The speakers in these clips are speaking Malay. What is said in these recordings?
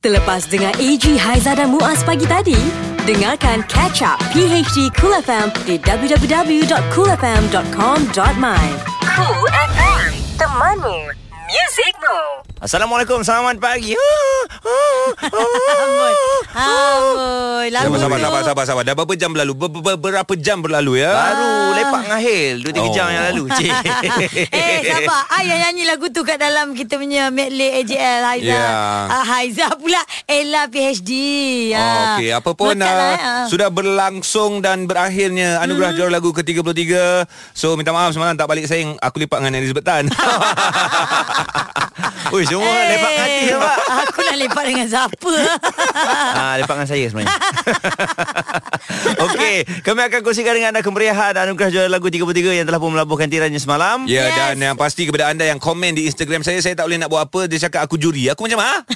Terlepas dengar AG Haiza dan Muaz pagi tadi, dengarkan Catch Up PHD Cool FM di www.coolfm.com.my. Cool FM, temanmu, muzikmu. Assalamualaikum, selamat pagi. Ah, ah, ah. Amboi, Sabar, sabar, sabar, lagu sabar, sabar. Dah berapa jam berlalu? Ber, ber, berapa jam berlalu ya? Baru lepak ngahil 2 3 oh. Oh. jam yang lalu. Cik. Eh, sabar. I yang nyanyi lagu tu kat dalam kita punya medley AJL Haiza. Ya. Ah, Haiza pula Ella PhD. Oh, Ah. Okey, apa pun Melekat uh, lah, ah. Hmm. sudah berlangsung dan berakhirnya anugerah mm-hmm. juara lagu ke-33. So minta maaf semalam tak balik sayang aku lepak dengan Elizabeth Tan. Oi, semua Eh, hey. lepak hati ya, Pak. Aku nak lepak dengan siapa? Ah, lepak dengan saya sebenarnya. Okey, kami akan kongsikan dengan anda kemeriahan anugerah juara lagu 33 yang telah pun melabuhkan tiranya semalam. Ya Eh. Yes. yes. dan yang pasti kepada anda yang komen di Instagram saya Saya tak boleh nak buat apa Dia cakap aku juri Aku macam "Ah?" ha?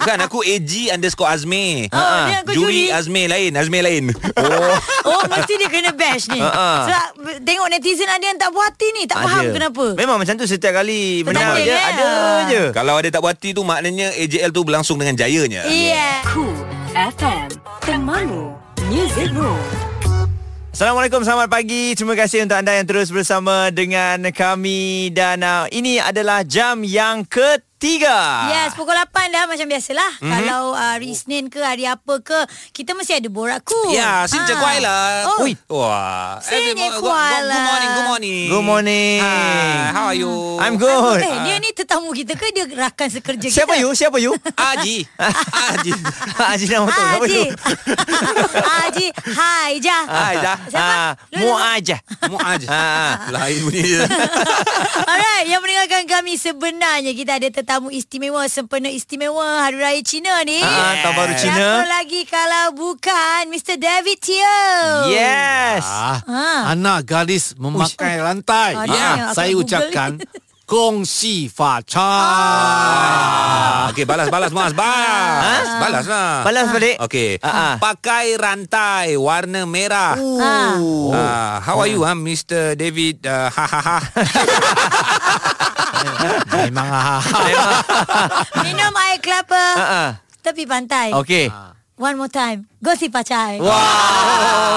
Bukan aku AG underscore Azmi Oh, Ah, dia aku juri. Juri Azmi lain Azmi lain Oh Oh mesti dia kena bash Ha, ni Ha-ha. Sebab b- tengok netizen ada yang tak puas hati ni Tak faham Ada. kenapa Memang macam tu setiap kali Tertanding, menang je eh? ada je. Kalau ada tak buat hati tu Maknanya AJL tu berlangsung dengan jayanya Eh. Yeah Cool FM Temanmu Music Room Assalamualaikum selamat pagi. Terima kasih untuk anda yang terus bersama dengan kami dan uh, ini adalah jam yang Ah. ketiga. Yes, pukul 8 dah macam biasalah. Mhm. Mm-hmm. Kalau uh, hari Isnin ke hari apa ke, kita mesti ada borak cool. Ya, sin ha. kuai lah. Oh, Ui. Wah. Sin Every mo- je kuai good- Good lah. morning, good morning. Good morning. Hi, how are you? I'm good. eh, dia ni tetamu kita ke dia rakan sekerja Siapa kita? you? Siapa you? Aji. Aji. Haji nama tu. Siapa Haji. you? Haji. Hai Jah. Hai dah. Siapa? Lu- lu- Muaj. Muaj. Ah. Lain bunyi dia. Alright, yang mendengarkan kami sebenarnya kita ada tetamu istimewa sempena istimewa Hari Raya Cina ni. Ah, tahun baru Cina. Siapa lagi kalau bukan Mr. David Teo. Yes. Ah, Ha. anak gadis memakai lantai. Ah, Ah, dia yang akan saya Google. ucapkan kongsi fa cha. Ah. Okey, balas-balas Mas, balas. Balas lah. Ha? Balas balik. Okey. Ah, ah. Pakai rantai warna merah. Ha. Ah. Oh. Ah, how are you, ah, Mr. David? Ah, Ha ha ha. Memang ha, ah. Minum air kelapa. Ah, ah. Tepi pantai. Okey. One more time. Go si pacai. Wow. Ah,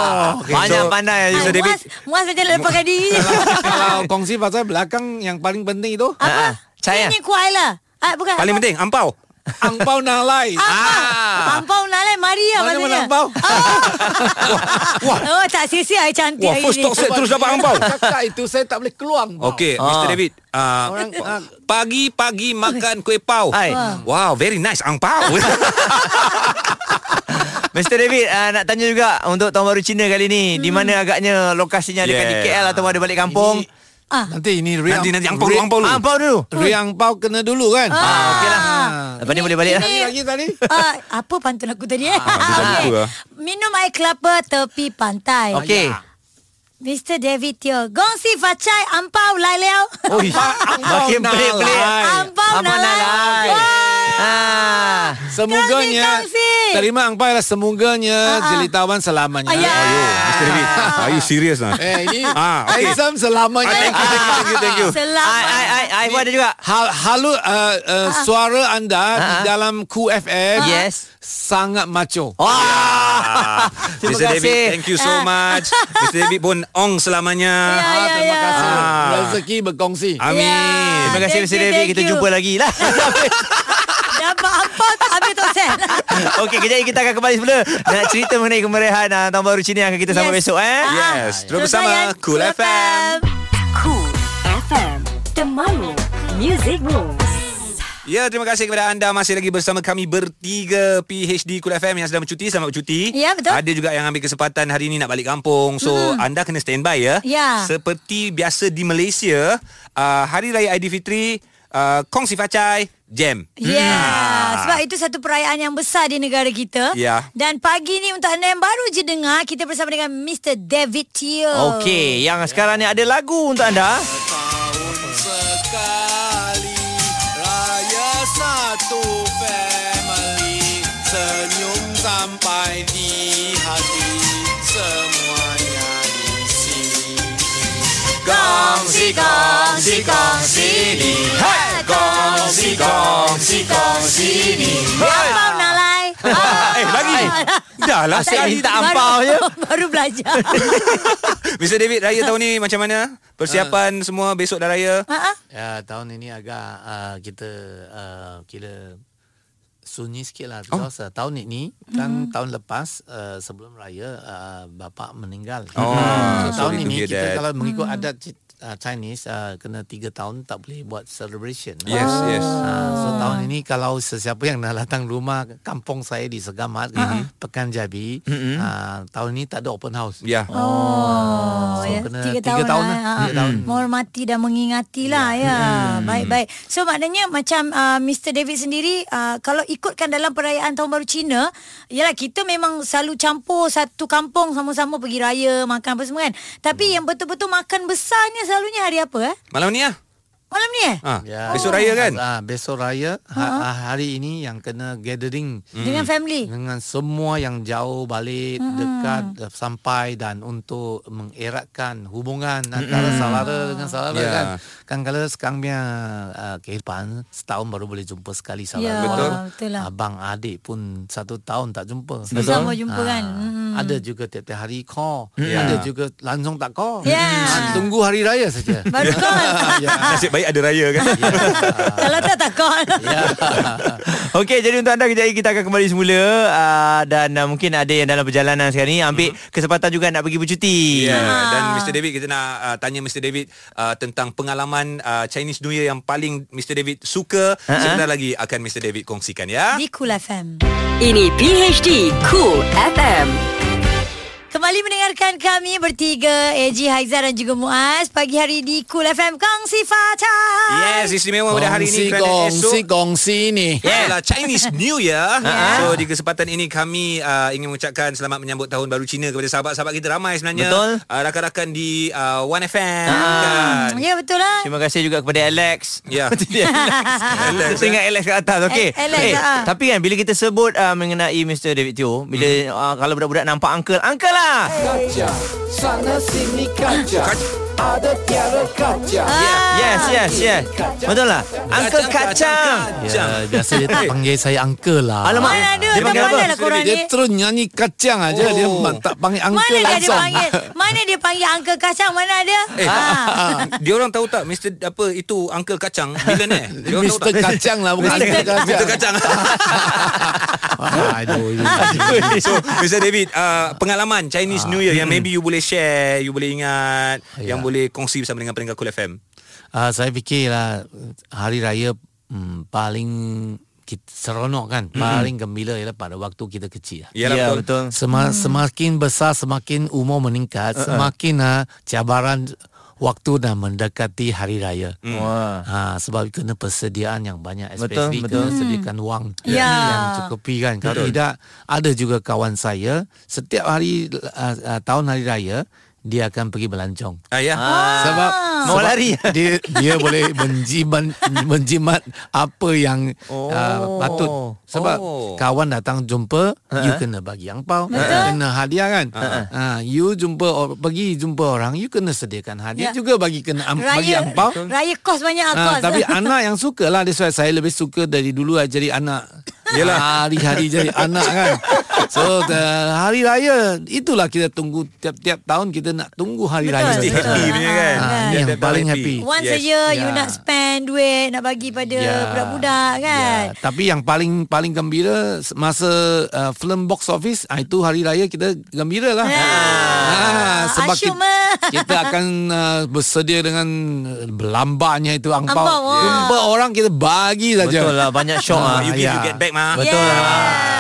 Wow. Okay, Banyak so- pandai Mr. David. Muaz, Muaz macam nak lepaskan diri je. Kalau kongsi fa cha belakang yang paling penting itu Apa? Ah, saya. Ini kuai lah. Ah, bukan. Paling apa? penting, ampau. angpau nalai. Ah. Ampau nalai mari lah Mana maksudnya. mana angpau? Wah. Oh, tak sia-sia air cantik Wah, hari first ni. talk set terus dapat ampau. Cakap itu saya tak boleh keluar. angpau. Okey, Ah. Mr. David. ah, Orang- ah. pagi-pagi makan kuih pau. Hai. Wow, very nice angpau. Mr. David uh, nak tanya juga untuk tahun baru Cina kali ni Hmm. di mana agaknya lokasinya adakah di Yeah. KL atau ada balik kampung? Ah. Nanti ini riang. nanti nanti angpau dulu, riang- angpau dulu. Ampau dulu. Riang pau kena dulu kan? Oh, Ah, okeylah. Lepas ni boleh balik lah. ini- Lagi tadi. Ah, apa pantun aku tadi Ah, eh? pantun Okey. tu lah. Minum air kelapa tepi pantai. Okey. Mr. David Teo. Gongsi facai ampau lai leo. Oh, makin pelik-pelik. nalai. Ampau Ampau nalai. nalai. Ah. Semuganya Kongsi, kongsi. Terima angpau lah semuganya Ah, Jelitawan selamanya Ayah. Mr. Oh, David, Ah. are you serious lah? Eh ini Ah, ah, okey. Aizam selamanya Ah, thank you, thank you, thank you, thank you. Ai Selamat. ai ai ai pun ada juga. Hal, halu uh, uh, Ha, suara anda di Ah. dalam QFM Yes. sangat maco. Ya. Ah. Wah. Terima Mr. David, kasih. Ah. thank you so much. Mr. David pun ong selamanya. Ha. Ya, ya, terima ya. kasih. Ah. Rezeki berkongsi. Amin. Ya. Terima kasih Thank Mr. you, David. thank Kita you. jumpa lagi lah. Dapat ampau tak habis tak sen. Okey, kejap lagi kita akan kembali semula nak cerita mengenai kemeriahan ah, tahun baru Cina yang akan kita sama Yes. besok eh. Ah, ah. Yes, terus bersama layan Cool FM. Cool FM Temanmu Music Room Ya, terima kasih kepada anda masih lagi bersama kami bertiga PHD Kul FM yang sedang bercuti, selamat bercuti. Ya, betul. Ada juga yang ambil kesempatan hari ini nak balik kampung. So, mm. anda kena standby ya. Ya. Seperti biasa di Malaysia, uh, Hari Raya Aidilfitri, uh, Kong Si Facai, jam. Ah. Ya, yeah, sebab itu satu perayaan yang besar di negara Hmm. kita. Ya. Dan pagi ni untuk anda yang baru je dengar, kita bersama dengan Mr. David Teo. Okey, yang sekarang ni ada lagu untuk anda. Sekali raya satu family senyum sampai di hati semuanya di sini. Kongsi, kongsi, kongsi ni. Hey! Kongsi, kongsi, kongsi ni. Yang susah lah. Asyik ada. minta Ah. Baru- ampau je. Baru belajar. Mr. David, raya tahun ni macam mana? Persiapan Ah. semua besok dah raya. Ha, ha. Ya, tahun ini agak uh, kita uh, kira sunyi sikit lah because oh. uh, tahun ini kan tahun lepas uh, sebelum raya uh, bapa meninggal. Oh, so, sorry tahun to ini hear kita that. kalau mengikut adat Ci- uh, Chinese uh, kena tiga tahun tak boleh buat celebration. Yes, yes. Ah, so tahun ini kalau sesiapa yang nak datang rumah kampung saya di Segamat, Pekan Jabi, ah, tahun ini tak ada open house. Ah, Ya. Oh, So, ya. kena tiga, tiga tahun, tahun lah. lah. Ha, Tiga ha. tahun. Hmm. Menghormati dan mengingati lah ya. Baik-baik. So maknanya macam uh, Mr. David sendiri uh, kalau ikutkan dalam perayaan Tahun Baru Cina, yalah kita memang selalu campur satu kampung sama-sama pergi raya, makan apa semua kan. Tapi yang betul-betul makan besarnya selalunya hari apa eh? Malam ni lah. Malam ni eh? Ha. Besok raya kan? Ah, besok raya ha, hari ini yang kena gathering Hmm. Dengan family. Hmm. dengan semua yang jauh balik, dekat, eh, sampai dan untuk mengeratkan hubungan antara saudara dengan saudara Hmm. Ya. kan. Kan kalau sekarang punya uh, kehidupan setahun baru boleh jumpa sekali saudara. Ya, Betul. betul lah. Abang adik pun satu tahun tak jumpa. Susah Betul. mau jumpa kan. Hmm. Ada juga tiap-tiap hari call. Ya. Ada juga langsung tak call. Ya. Ah, tunggu hari raya saja. Ya. Baru call. Ah. Nasib baik ada raya kan? kalau tak tak call. Ya. Okey, jadi untuk anda kejap lagi kita akan kembali semula uh, dan uh, mungkin ada yang dalam perjalanan sekarang ni ambil mm-hmm. kesempatan juga nak pergi bercuti. Hmm. Ya, yeah. Ah. dan Mr David kita nak uh, tanya Mr David uh, tentang pengalaman uh, Chinese New Year yang paling Mr David suka. Uh-huh. Sebentar lagi akan Mr David kongsikan ya. Ah, Di Cool FM. Ini PHD Cool FM. Kembali mendengarkan kami bertiga AG Haizar dan juga Muaz pagi hari di Cool FM Kongsi Fata. Yes, istimewa pada hari ini kerana Gongsi, esok gongsi ni. Yeah. Adalah Chinese New Year. Yeah. So di kesempatan ini kami uh, ingin mengucapkan selamat menyambut tahun baru Cina kepada sahabat-sahabat kita ramai sebenarnya. Betul. Uh, rakan-rakan di uh, 1FM kan. Hmm, ya betul lah. Terima kasih juga kepada Alex. Ya. Dia Alex. Alex, eh. Kita ingat Alex kat atas. Okey. A- Alex, ah. tapi kan bila kita sebut uh, mengenai Mr David Teo, bila hmm. uh, kalau budak-budak nampak uncle, uncle lah. Ya. Yes, yes, yes. Betul lah. Uncle kacang. Ya, biasa dia tak panggil saya uncle lah. Eh. Alamak. Mana ada? Dia Dah panggil apa? mana lah korang ni? Dia terus nyanyi kacang aja oh. Dia ma- tak panggil Mana uncle dah dia langsung panggil? Mana dia panggil Uncle Kacang? Mana ada? Eh, Ha. dia orang tahu tak Mr apa itu Uncle Kacang millionaire? Dia orang tahu Mr. tak? Kacang lah Bukan Mr. Uncle Kacang Mr Kacang. Aduh ini. so, Mr David, uh, pengalaman Ah. Chinese New Year yang maybe you boleh share, you boleh ingat, yang Ya. boleh kongsi bersama dengan pendengar Cool FM. Ah, Saya fikirlah Hari Raya hmm, Paling kita, Seronok kan Paling gembira ialah Pada waktu kita kecil lah. Ya, Yalah, betul. betul. Hmm. Sema, Semakin besar Semakin umur meningkat Uh-uh. Semakin ah, cabaran Waktu dah mendekati Hari Raya Hmm. Wah. Ha, sebab kena persediaan yang banyak Betul, especially betul. Hmm. betul, sediakan wang Ya. yang cukupi kan kalau tidak ada juga kawan saya setiap hari uh, uh, tahun hari raya dia akan pergi melancong Ah, ya. sebab Ah. Mau sebab lari. dia dia boleh menjimat menjimat apa yang oh. Oh. uh, patut sebab Oh. oh. kawan datang jumpa uh-huh. you Ha? kena bagi angpau uh-huh. kena hadiah kan uh-huh. uh, you jumpa or, pergi jumpa orang you kena sediakan hadiah Ya. juga bagi kena am, bagi Raya, angpau raya kos banyak ah, Ah, kos. tapi anak yang suka lah That's why saya lebih suka dari dulu lah jadi anak Yelah Hari-hari jadi anak kan So the hari raya Itulah kita tunggu Tiap-tiap tahun kita nak tunggu hari Betul, raya Mesti betul. happy punya kan. Ah, ini yang Tiap-tiap paling tahun happy. Once a Yes. year you Ya. nak spend duit nak bagi pada Ya. budak-budak kan. Ya, tapi yang paling paling gembira masa uh, film box office ah, itu hari raya kita gembira lah. Ah, sebab Asyuk, kita, Ma. kita akan uh, bersedia dengan uh, belambanya itu angpau. Angpau, wah. Jumpa orang kita bagi saja. Betul lah banyak syok ah. Ah, You give, you Ya. get back, ma. Betul lah.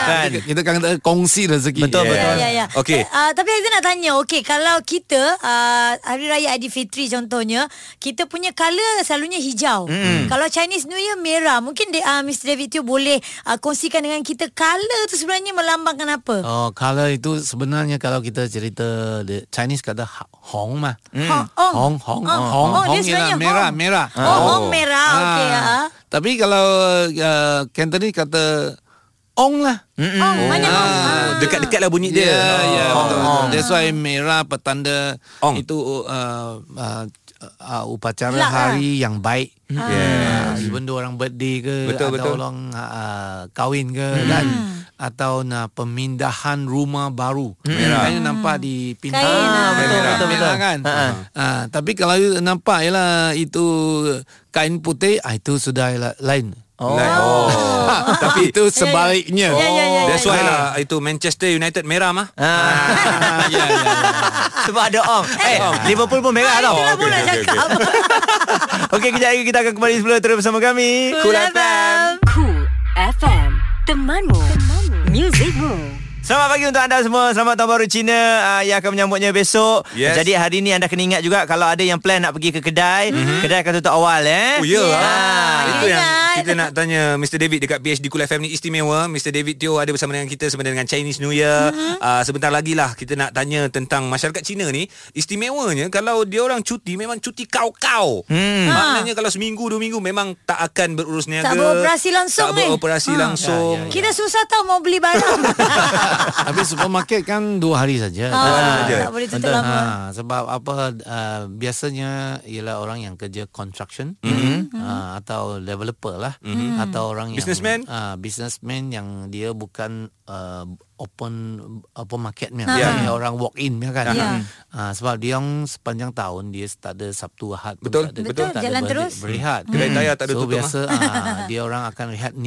Kan. Kita- Kita akan kongsi rezeki. Betul, Ya, betul. ya, ya. Kan? Okey. Eh, Uh, tapi Aizan nak tanya, okey kalau kita uh, Hari Raya Aidilfitri contohnya, kita punya colour selalunya hijau. Mm. Kalau Chinese New Year merah. Mungkin dia, uh, Mr. David Teo boleh uh, kongsikan dengan kita colour tu sebenarnya melambangkan apa? Oh, color itu sebenarnya kalau kita cerita the Chinese kata ha- hong mah. Hong, Hong, hong. hong, Oh, hong, hong, oh, dia hong sebenarnya ialah merah, hong. merah. Oh, hong merah, okey, ah. Tapi kalau uh, Cantonese kata ong lah. Mm. Oh, banyak Ah. hong. Ah. Dekat-dekat lah bunyi Ya, dia. ya, Oh. betul, betul. That's why merah petanda Ong. itu uh, uh, uh, upacara Lah, hari yang baik. Ah, Yeah. even though orang birthday ke Atau Betul, betul. Hmm. orang uh, kahwin ke kan atau uh, pemindahan rumah baru. Hmm. Merah. Kan nampak di pintu. Kain, ah, merah, betul, betul, betul. merah kan. Ha, ha. Ha, tapi kalau you nampak ialah itu kain putih, ah, itu sudah ialah lain. Oh. Like, oh. Tapi itu sebaliknya. Ya, ya, ya, That's why lah itu Manchester United merah mah. Ah. ya, ya, ya. Sebab ada Om. Eh, Liverpool pun merah tau. Ah, Itulah pun okey, nak okey, okey. cakap. Okey, kejap lagi kita akan kembali sebelum terus bersama kami. Cool FM. Cool FM Temanmu Muzikmu Selamat pagi untuk anda semua. Selamat tahun baru Cina uh, yang akan menyambutnya besok. Yes. Jadi hari ni anda kena ingat juga kalau ada yang plan nak pergi ke kedai, mm-hmm. kedai akan tutup awal eh. Mhm. Oh ya yeah. ah, Ya, Itu yang ingat. kita nak tanya Mr. David dekat PhD Cool FM ni istimewa Mr. David Teo ada bersama dengan kita Sebenarnya dengan Chinese New Year mm-hmm. uh, Sebentar lagi lah kita nak tanya tentang masyarakat Cina ni Istimewanya kalau dia orang cuti memang cuti kau-kau hmm. Maknanya kalau seminggu dua minggu memang tak akan berurus niaga Ah. Tak beroperasi langsung Tak ni. beroperasi Ha. langsung Ya, ya, Kita susah tau mau beli barang. Tapi supermarket kan dua hari saja. Ah, saja. tak boleh tutup lama. Ha, sebab apa uh, biasanya ialah orang yang kerja construction mm-hmm. uh, atau developer lah mm-hmm. atau orang yang Businessman? uh, businessman yang dia bukan uh, open open market punya Ya. Dia orang walk in punya kan. Ah. Ya. Uh, sebab dia orang sepanjang tahun dia tak ada Sabtu Ahad pun tak Betul, ada, betul. tak ada Jalan berli- terus. berehat. Kedai tayar tak ada so, tutup, biasa ah. uh, dia orang akan rehat 15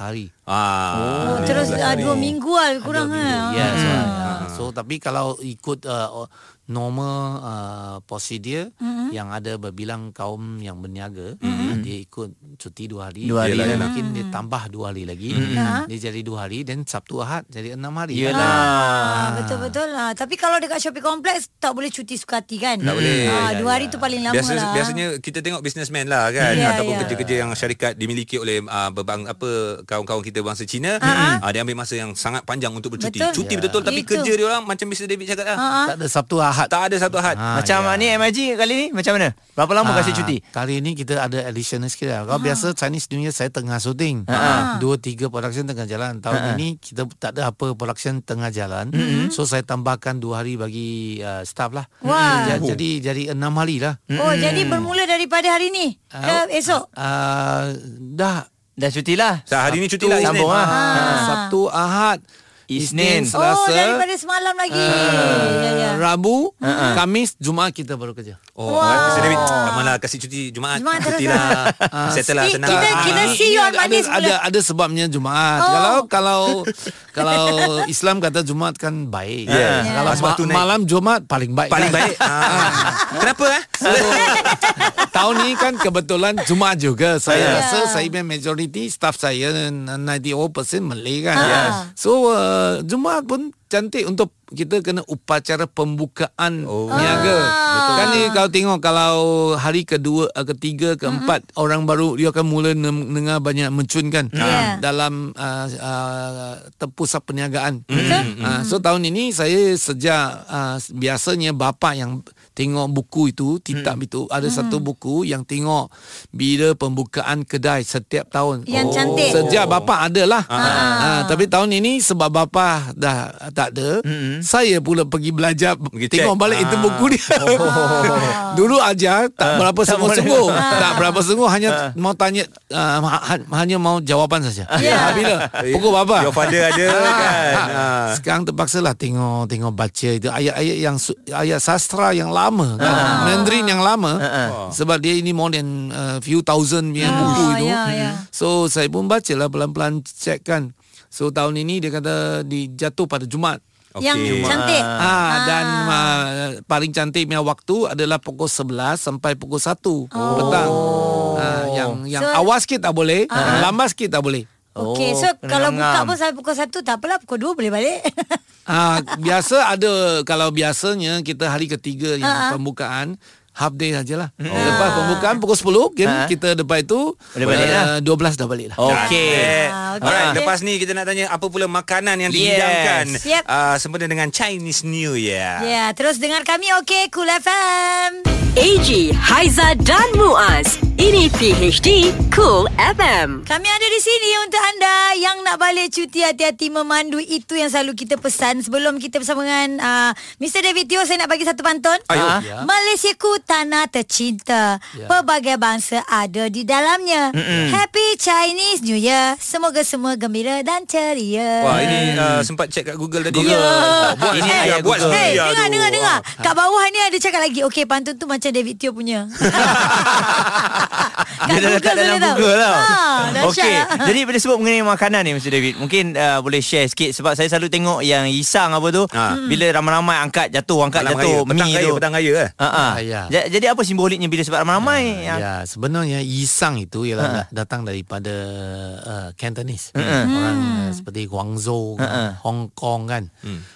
hari. ah. Oh, terus ah, dua minggu lah lebih kurang Ya, lah. yeah, so, Hmm. uh, so tapi kalau ikut uh, normal uh, prosedur mm-hmm. yang ada berbilang kaum yang berniaga, mm-hmm. dia ikut cuti dua hari. Dua hari, lah. Dia yelah. mungkin dia tambah dua hari lagi. Mm-hmm. Dia jadi dua hari dan Sabtu Ahad jadi enam hari. Yelah. Ah, betul-betul lah. Tapi kalau dekat shopping complex tak boleh cuti suka hati kan? Tak boleh. Ah, Ya, dua hari tu paling lama Biasa, lah. Biasanya kita tengok businessman lah kan Ya, yeah, ataupun ya. kerja-kerja yang syarikat dimiliki oleh uh, berbang apa kawan-kawan kita bangsa Cina Ha-ha. uh, dia ambil masa yang sangat panjang untuk bercuti. Ha, Betul. Ha, Cuti Ya. betul-betul tapi Itu. kerja dia orang macam Mr David cakap lah. Tak ada Sabtu Ahad. Tak ada satu had. Ah, Macam ya. ni MIG kali ni macam mana? Berapa lama kasih Ah, cuti? Kali ni kita ada additional sikit lah. Kalau Ah. biasa Chinese New Year saya tengah syuting. Ah, Dua, tiga production tengah jalan. Tahun ini kita tak ada apa production tengah jalan. Mm-hmm. So saya tambahkan dua hari bagi uh, staff lah. Wah. Ja- Jadi jadi enam hari lah. Mm-hmm. Oh, jadi bermula daripada hari ni Ah, ke esok? Uh, dah. Dah cuti lah. Sah, hari ni cuti lah Isnin. Sambung lah. Ah, Sabtu, Ahad. Isnin. Isnin, Oh, Selasa, Ah. daripada semalam lagi. Ya, ya. Rabu, Ah, Kamis, Jumaat kita baru kerja. Oh, Mr David, tak malah kasih cuti Jumaat. Jumaat terus cuti lah. lah. Settle lah Eh, senang. kita- Ah. kita- Ini- see ini you on ada, Monday ada, ada ada sebabnya Jumaat. Oh. Oh. Kalau kalau kalau Islam kata Jumaat kan baik. Yeah. Kalau Ya. Yeah. Ya. Sebab ma- tu naik. malam Jumaat paling baik. Paling kan? baik. Ah. Kenapa eh? Tahun ni kan kebetulan Jumaat juga. Saya Yeah. rasa saya punya majority staff saya 90% Malay kan. So uh, Jumaat pun cantik untuk kita kena upacara pembukaan Oh. oh. niaga. Kan ni kalau tengok kalau hari kedua, uh, ketiga, keempat orang baru dia akan mula nem- dengar banyak mencunkan Yeah. dalam uh, uh, tempusat perniagaan. Uh, so tahun ini saya sejak uh, biasanya bapa yang tengok buku itu, titap itu ada Mm-hmm. satu buku yang tengok bila pembukaan kedai setiap tahun. Yang cantik. Sejak bapa ada lah. Ah, tapi tahun ini sebab bapa dah tak ada, saya pula pergi belajar Pergi tengok check. balik itu Ah. buku dia. Oh. Dulu ajar tak berapa tak sungguh-sungguh. boleh. tak berapa sungguh hanya mau tanya ah, ha- ha- hanya mau jawapan saja. Ya. Ha, bila pukul bapa. Your father ada kan. Ah. Sekarang terpaksalah tengok tengok baca itu ayat-ayat yang su- ayat sastra yang lama kan. Ah. Ah. Mandarin yang lama Ha, sebab dia ini more than uh, few thousand punya buku itu. ya, ya. So saya pun baca lah pelan-pelan check kan. So tahun ini dia kata dijatuh pada Jumaat. Okey. Yang cantik. Ah, dan uh, paling cantik punya waktu adalah pukul 11 sampai pukul 1 oh. petang. Ah, yang yang So- awal sikit tak boleh, lambat sikit tak boleh. Okey, Oh, so kena kalau buka ngam. pun sampai pukul 1 tak apalah pukul 2 boleh balik. Ah biasa ada kalau biasanya kita hari ketiga yang Ah, ah. pembukaan half day sajalah. Oh. Lepas pembukaan pukul 10 game Ah. kita lepas itu Boleh balik uh, 12 dah balik lah. Okey. Ah, okey. Alright, Okey. lepas ni kita nak tanya apa pula makanan yang Yes. dihidangkan Yep. ah, sempena dengan Chinese New Year. ya, terus dengar kami okey Cool FM. AG, Haiza dan Muaz Ini PHD Cool FM. Kami ada di sini untuk anda yang nak balik cuti hati-hati memandu itu yang selalu kita pesan sebelum kita bersama dengan uh, Mr David Teo saya nak bagi satu pantun. Ayo. Ya. Malaysia ku tanah tercinta. Pelbagai bangsa ada di dalamnya. Mm-mm. Happy Chinese New Year. Semoga semua gembira dan ceria. Wah ini uh, sempat check kat Google tadi. Google. Ah, buat Ini ini ayat buat Google. sendiri. ya, Hey, Aduh. dengar, dengar, dengar. Kat bawah ni ada cakap lagi. Okey, pantun tu macam David Teo punya. Kat Dia dah letak dalam boleh tahu. Google tau. Ha, Ah, dahsyat. Okey. Jadi bila sebut mengenai makanan ni Mr. David, mungkin uh, boleh share sikit sebab saya selalu tengok yang isang apa tu. Hmm. Ha. Bila ramai-ramai angkat jatuh, angkat Malam jatuh raya, petang mi raya, tu. petang raya eh. Ha ah. Ah, ya. Ja- Jadi apa simboliknya bila sebab ramai-ramai? Ya, ya sebenarnya Yisang itu ialah da- datang daripada uh, Cantonese. Orang uh, seperti Guangzhou, kan, Hong Kong kan.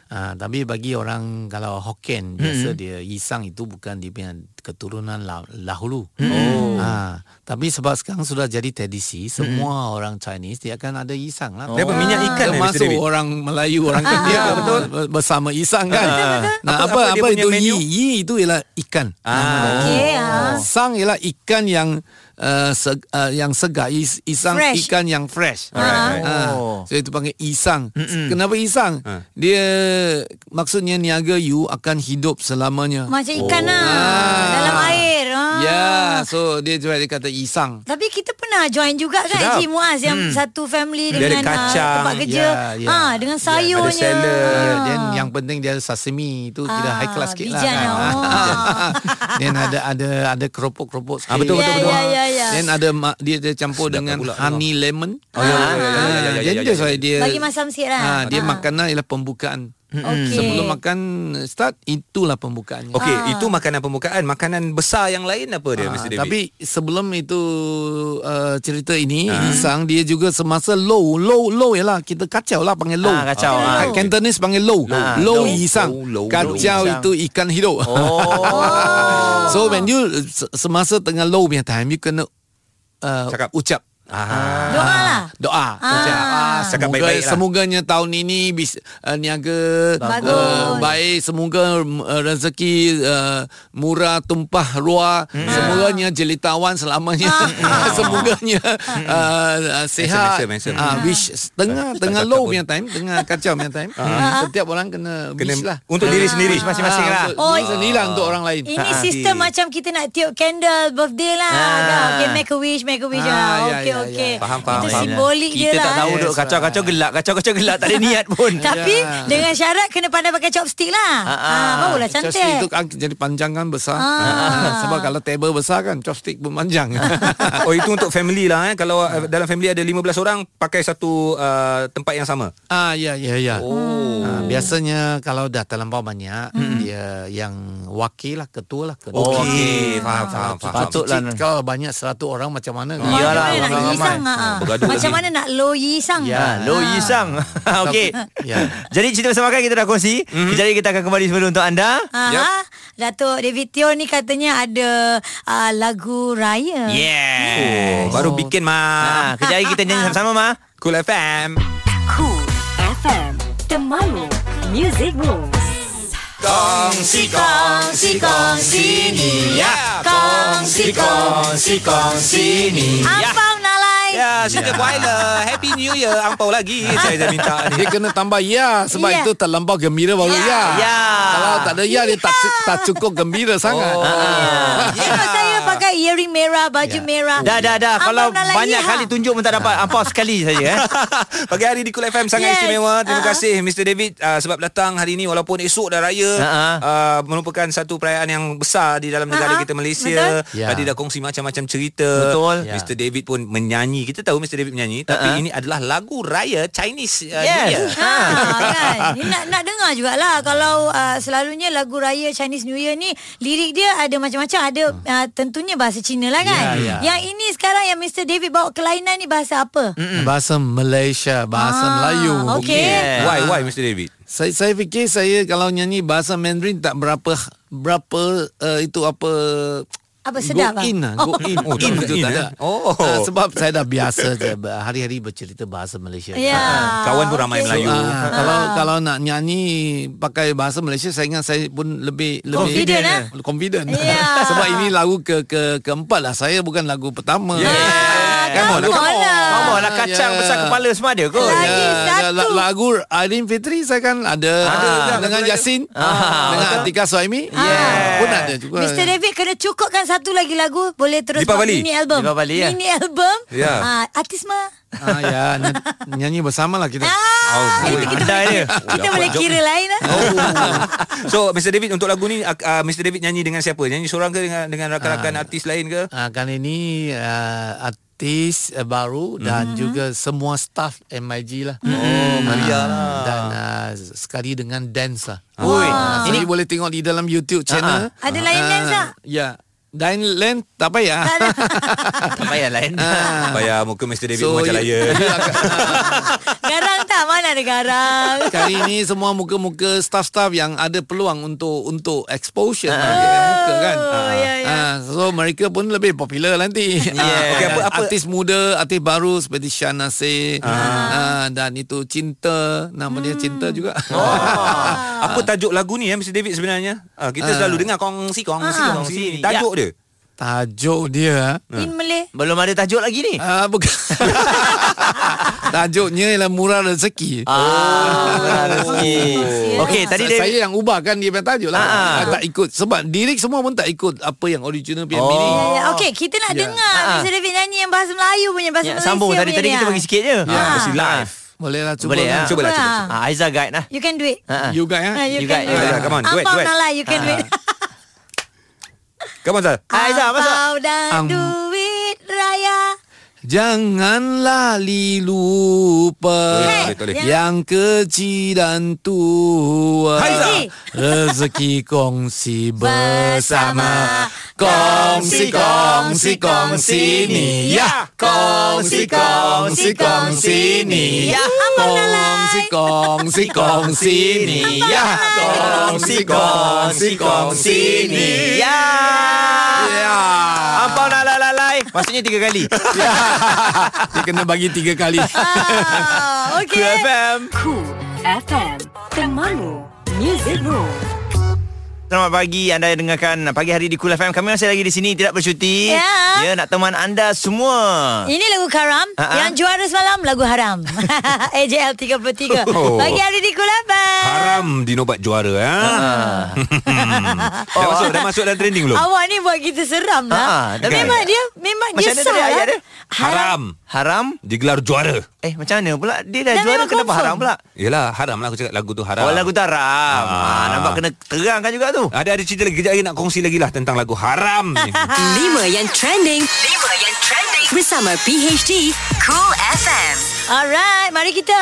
Ah, tapi bagi orang kalau Hokkien biasa dia Yisang itu bukan dia punya keturunan La- Lahulu. Oh. tapi sebab sekarang sudah jadi tradisi semua orang Chinese dia akan ada Yisang lah. Dia apa, minyak ikan eh, Mr. Termasuk David? orang Melayu, orang India betul bersama Isang kan. Nah, apa Apa- apa dia apa, punya itu menu? yi? Yi itu ialah ikan. Ah. Okey, ah. Sang ialah ikan yang uh, seg, uh, yang segar, Is, isang Fresh. ikan yang fresh. Alright, Ah, Oh. So itu panggil isang. Mm-mm. Kenapa isang? Dia maksudnya niaga you akan hidup selamanya. Macam ikan lah. Ah. Dalam air. Ah. ya, so dia juga dia kata isang. Tapi kita pernah join juga kan Sedap. Haji Muaz yang satu family Dia ada dengan ah, kacang. tempat kerja. Ya, ya. Ah dengan ada sayurnya. salad. Ya, dan yang penting dia ada sashimi itu kita Ah, high class sikit lah. bijan kan. lah. Wah. Dan ada ada ada keropok-keropok sikit. Ah, betul, betul, Ya, betul. ya, ya, ya. Dan ada ma- dia dia campur Sedap dengan pula tu. honey lemon. Oh, ya, ya, ya, ya, ya, ya, ya, Jadi ya, dia ya. saya dia Bagi masam sikit lah. Ah, dia Ah. makanan ialah pembukaan. Okey. Sebelum makan start itulah pembukaannya. Okey, Ah. itu makanan pembukaan. Makanan besar yang lain apa dia Mr. David? Ah, Tapi sebelum itu uh, cerita ini Ah. Isang dia juga semasa low low low ialah kita kacau lah panggil low. Ah, kacau, ah. Ah, Cantonese panggil low. Ah, low, low. Isang. Low, low, kacau low, Isang. itu ikan hidup. Oh. so when you se- semasa tengah low punya time you kena uh, Cakap. ucap Ah. Doa lah. doa. Ucap. Ah, semoga Cakap baik-baik lah. semoganya tahun ini bis, uh, niaga Bagus. Uh, baik, semoga uh, rezeki uh, murah tumpah ruah, hmm. semoganya jelitawan selamanya, Ah. semoganya uh, uh, sihat. Handsome, handsome, handsome. Ah, wish tengah tengah tak low pun. punya time, tengah kacau punya time. Hmm. Setiap orang kena, Kena wish lah. untuk diri sendiri. Wish masing-masing lah. Oh, Ah. Oh, sendirilah untuk orang lain. Ini Ah, sistem okey. macam kita nak tiup candle birthday lah. Ah. Okay, make a wish, make a wish. Ah, Ah, ya, okay, ya, ya. okay. Faham, faham, Itu faham. ah. simbolik Kita je lah. tak tahu eh. duk kacau-kacau gelak, kacau-kacau gelak tak ada niat pun. Tapi Ya. dengan syarat kena pandai pakai chopstick lah. ah. Ah, ah. barulah Chopstick itu cantik. kan jadi panjang kan besar. Ah. Sebab kalau table besar kan chopstick pun panjang. Oh itu untuk family lah eh. Kalau uh, dalam family ada 15 orang pakai satu uh, tempat yang sama. ah ya ya ya. Oh. Ah, biasanya kalau dah terlampau banyak dia yang wakil lah ketua lah ketua. Okey, faham faham Faham, faham. Patut. Patutlah. Kalau banyak 100 orang macam mana? Kan? Macam Iyalah, mana nak orang yisang ramai. ah, ah. Bergaduh Macam lagi. mana nak low yisang Ah, Low Yi Sang. Okey. Ya. Jadi cerita bersama kan kita dah kongsi. Mhm. Jadi kita akan kembali sebelum untuk anda. Ah, Datuk David Teo ni katanya ada ah, lagu raya. Yeah. Oh, baru bikin Ah, mah. kejap lagi kita nyanyi sama-sama mah. Cool FM. Cool FM. Temanmu, music rules. Kongsi, kongsi, kongsi ni ya. Kongsi, kongsi, kongsi ni ya. Abang Nalai. Ya, sudah yeah. Happy New Year. Angpau lagi saya dah minta ni. Dia kena tambah ya sebab Ya. itu terlampau gembira baru ya. Ya. Kalau tak ada ya dia tak cu- tak cukup gembira sangat. Ah. Tengok saya pakai earring merah, baju merah. Ya. Dah dah dah Abang kalau Nalai, banyak ya. kali tunjuk pun tak dapat ampau sekali saja eh. Pagi hari di Cool FM sangat yes. Yes. istimewa. Terima Ah. uh-huh. kasih Mr David uh, sebab datang hari ini walaupun esok dah raya Ah, ah. uh-huh. uh, merupakan satu perayaan yang besar di dalam negara Ah, ah. uh-huh. kita Malaysia. Betul. Ya. Tadi dah kongsi macam-macam cerita. Betul. Ya. Mr David pun menyanyi. Kita tahu Mr David menyanyi tapi Ah, ah. ini adalah lagu raya Chinese uh, Yes. New Year. Ha, kan. Ni nak nak dengar jugalah kalau uh, selalunya lagu raya Chinese New Year ni lirik dia ada macam-macam ada uh, tentunya bahasa Cina lah kan. Ya, ya. Yang ini sekarang yang Mr David bawa kelainan ni bahasa apa? Mm, Hmm. Bahasa Malaysia, bahasa Ah, Melayu. okey. Yeah. Why why Mr David? Saya saya fikir saya kalau nyanyi bahasa Mandarin tak berapa berapa uh, itu eh, apa Apa sedap go ah? in lah. Go in. Oh, tak in ada betul in, tak eh? ada. Oh. Ah, sebab saya dah biasa je ber- hari-hari bercerita bahasa Malaysia. Ya. Kawan pun ramai Melayu. Ah, kalau kalau nak nyanyi pakai bahasa Malaysia saya ingat saya pun lebih lebih Confident, eh? confident. Ya. Sebab ini lagu ke ke keempat lah. Saya bukan lagu pertama. Ya. Ah, Come on, come on lah. Come on lah kacang Ya. besar kepala semua ada kot. Lagi Ya, satu. la- lagu Aidin Fitri saya kan ada, Ah, Ada juga, dengan lagu-lagu. Yasin Ah, dengan betul. Atika Suhaimi Ah. Ya, Yeah. pun ada juga Mr. David kena cukupkan satu lagi lagu Boleh terus buat Deepavali. mini album Deepavali, ya. Mini album Ya. Ah, Artis mah ah, ya, ny- nyanyi bersama lah kita ah, boleh. itu kita, Pandai boleh, dia. kita boleh kira lain lah Oh. So Mr David untuk lagu ni uh, uh, Mr David nyanyi dengan siapa? Nyanyi seorang ke dengan dengan rakan-rakan artis lain ke? ah, kali ini ah, artis ah, baru dan Hmm. juga semua staff MIG lah oh Maria lah dan ah, sekali dengan dance lah Ui, Ah, jadi boleh tengok di dalam YouTube Ah, channel Ada lain dance tak? ya Dine Land tak payah tak payah lain. Ah. Bayar muka Mr David so, macam ya. you- layan. you akan- Garang tak? Mana ada garang Kali ini semua muka-muka staff-staff yang ada peluang untuk untuk exposure uh, muka kan. Oh, ya, ya. Ah, so mereka pun lebih popular nanti. Ah, Yeah. Okey, apa- apa- artis muda, artis baru seperti Shana Nasir ah, dan itu Cinta, nama dia Cinta juga. Ah. Oh. Ah. Apa tajuk lagu ni ya Mr David sebenarnya? Ah, kita selalu dengar kongsi kongsi Ah. Kongsi. kongsi. Tajuk dia. Tajuk dia Hmm. In Malay Belum ada tajuk lagi ni. ah, bukan. Tajuknya ialah murah rezeki. Ah, rezeki. Okey, tadi Sa- dia saya yang ubahkan dia punya tajuk lah. Ah. Saya tak ikut sebab lirik semua pun tak ikut apa yang original punya Oh. lirik. Ya, ya. Okey, kita nak Ya. dengar Ah, ah. Mr. David nyanyi yang bahasa Melayu punya Bahasa Ya, Malaysia sambung tadi punya tadi ni, kita ah. bagi sikit je. Ya, Ah. Mesti live. Boleh lah cuba. Boleh lah. ah. Cuba lah, cuba, Ah. Ah, Aiza guide lah. You can do it Ha. You guys Ah, eh. You You can got- do you it got- come on, do it, Ampau do it. Nala, lah, you Ah. can do it Come on Ah, Zal. Aiza masuk. Ampau dan Am- duit raya Janganlah li lupa Hey, Boleh, boleh. yang kecil dan tua. Haizah. Rezeki kongsi bersama. Kongsi kongsi kongsi ni ya. Kongsi kongsi kongsi ni ya. Kongsi kongsi kongsi ni ya. Kongsi kongsi kongsi ni ya. Ya. Ya. Ampau nak lai lai lai. lah, Maksudnya tiga kali. Dia kena bagi tiga kali. Ah, Cool Okay FM. Cool FM Temanmu Music Room Selamat pagi anda yang dengarkan pagi hari di Cool FM. Kami masih lagi di sini tidak bercuti. Ya. Ya, nak teman anda semua. Ini lagu Karam Ah, ah. Yang juara semalam Lagu Haram AJL 33 Oh. Pagi hari di Kulapan Haram dinobat juara ha? Ah. Hmm. dah masuk dah masuk dalam trending belum? Awak ni buat kita seram Ah, lah tapi- Memang dia Memang Macam dia mana sah tadi ayat lah dia? Haram. Haram? Digelar juara. Eh, macam mana pula? Dia dah, Dah juara memang kenapa confirm. haram pula? Yelah haram lah aku cakap lagu tu haram. Oh, lagu tu haram. Ah. Ah. nampak kena terangkan juga tu. Ada ada cerita lagi kejap lagi nak kongsi lagi lah tentang lagu haram ni. Lima yang trending Lima yang trending Bersama PHD Cool FM Alright Mari kita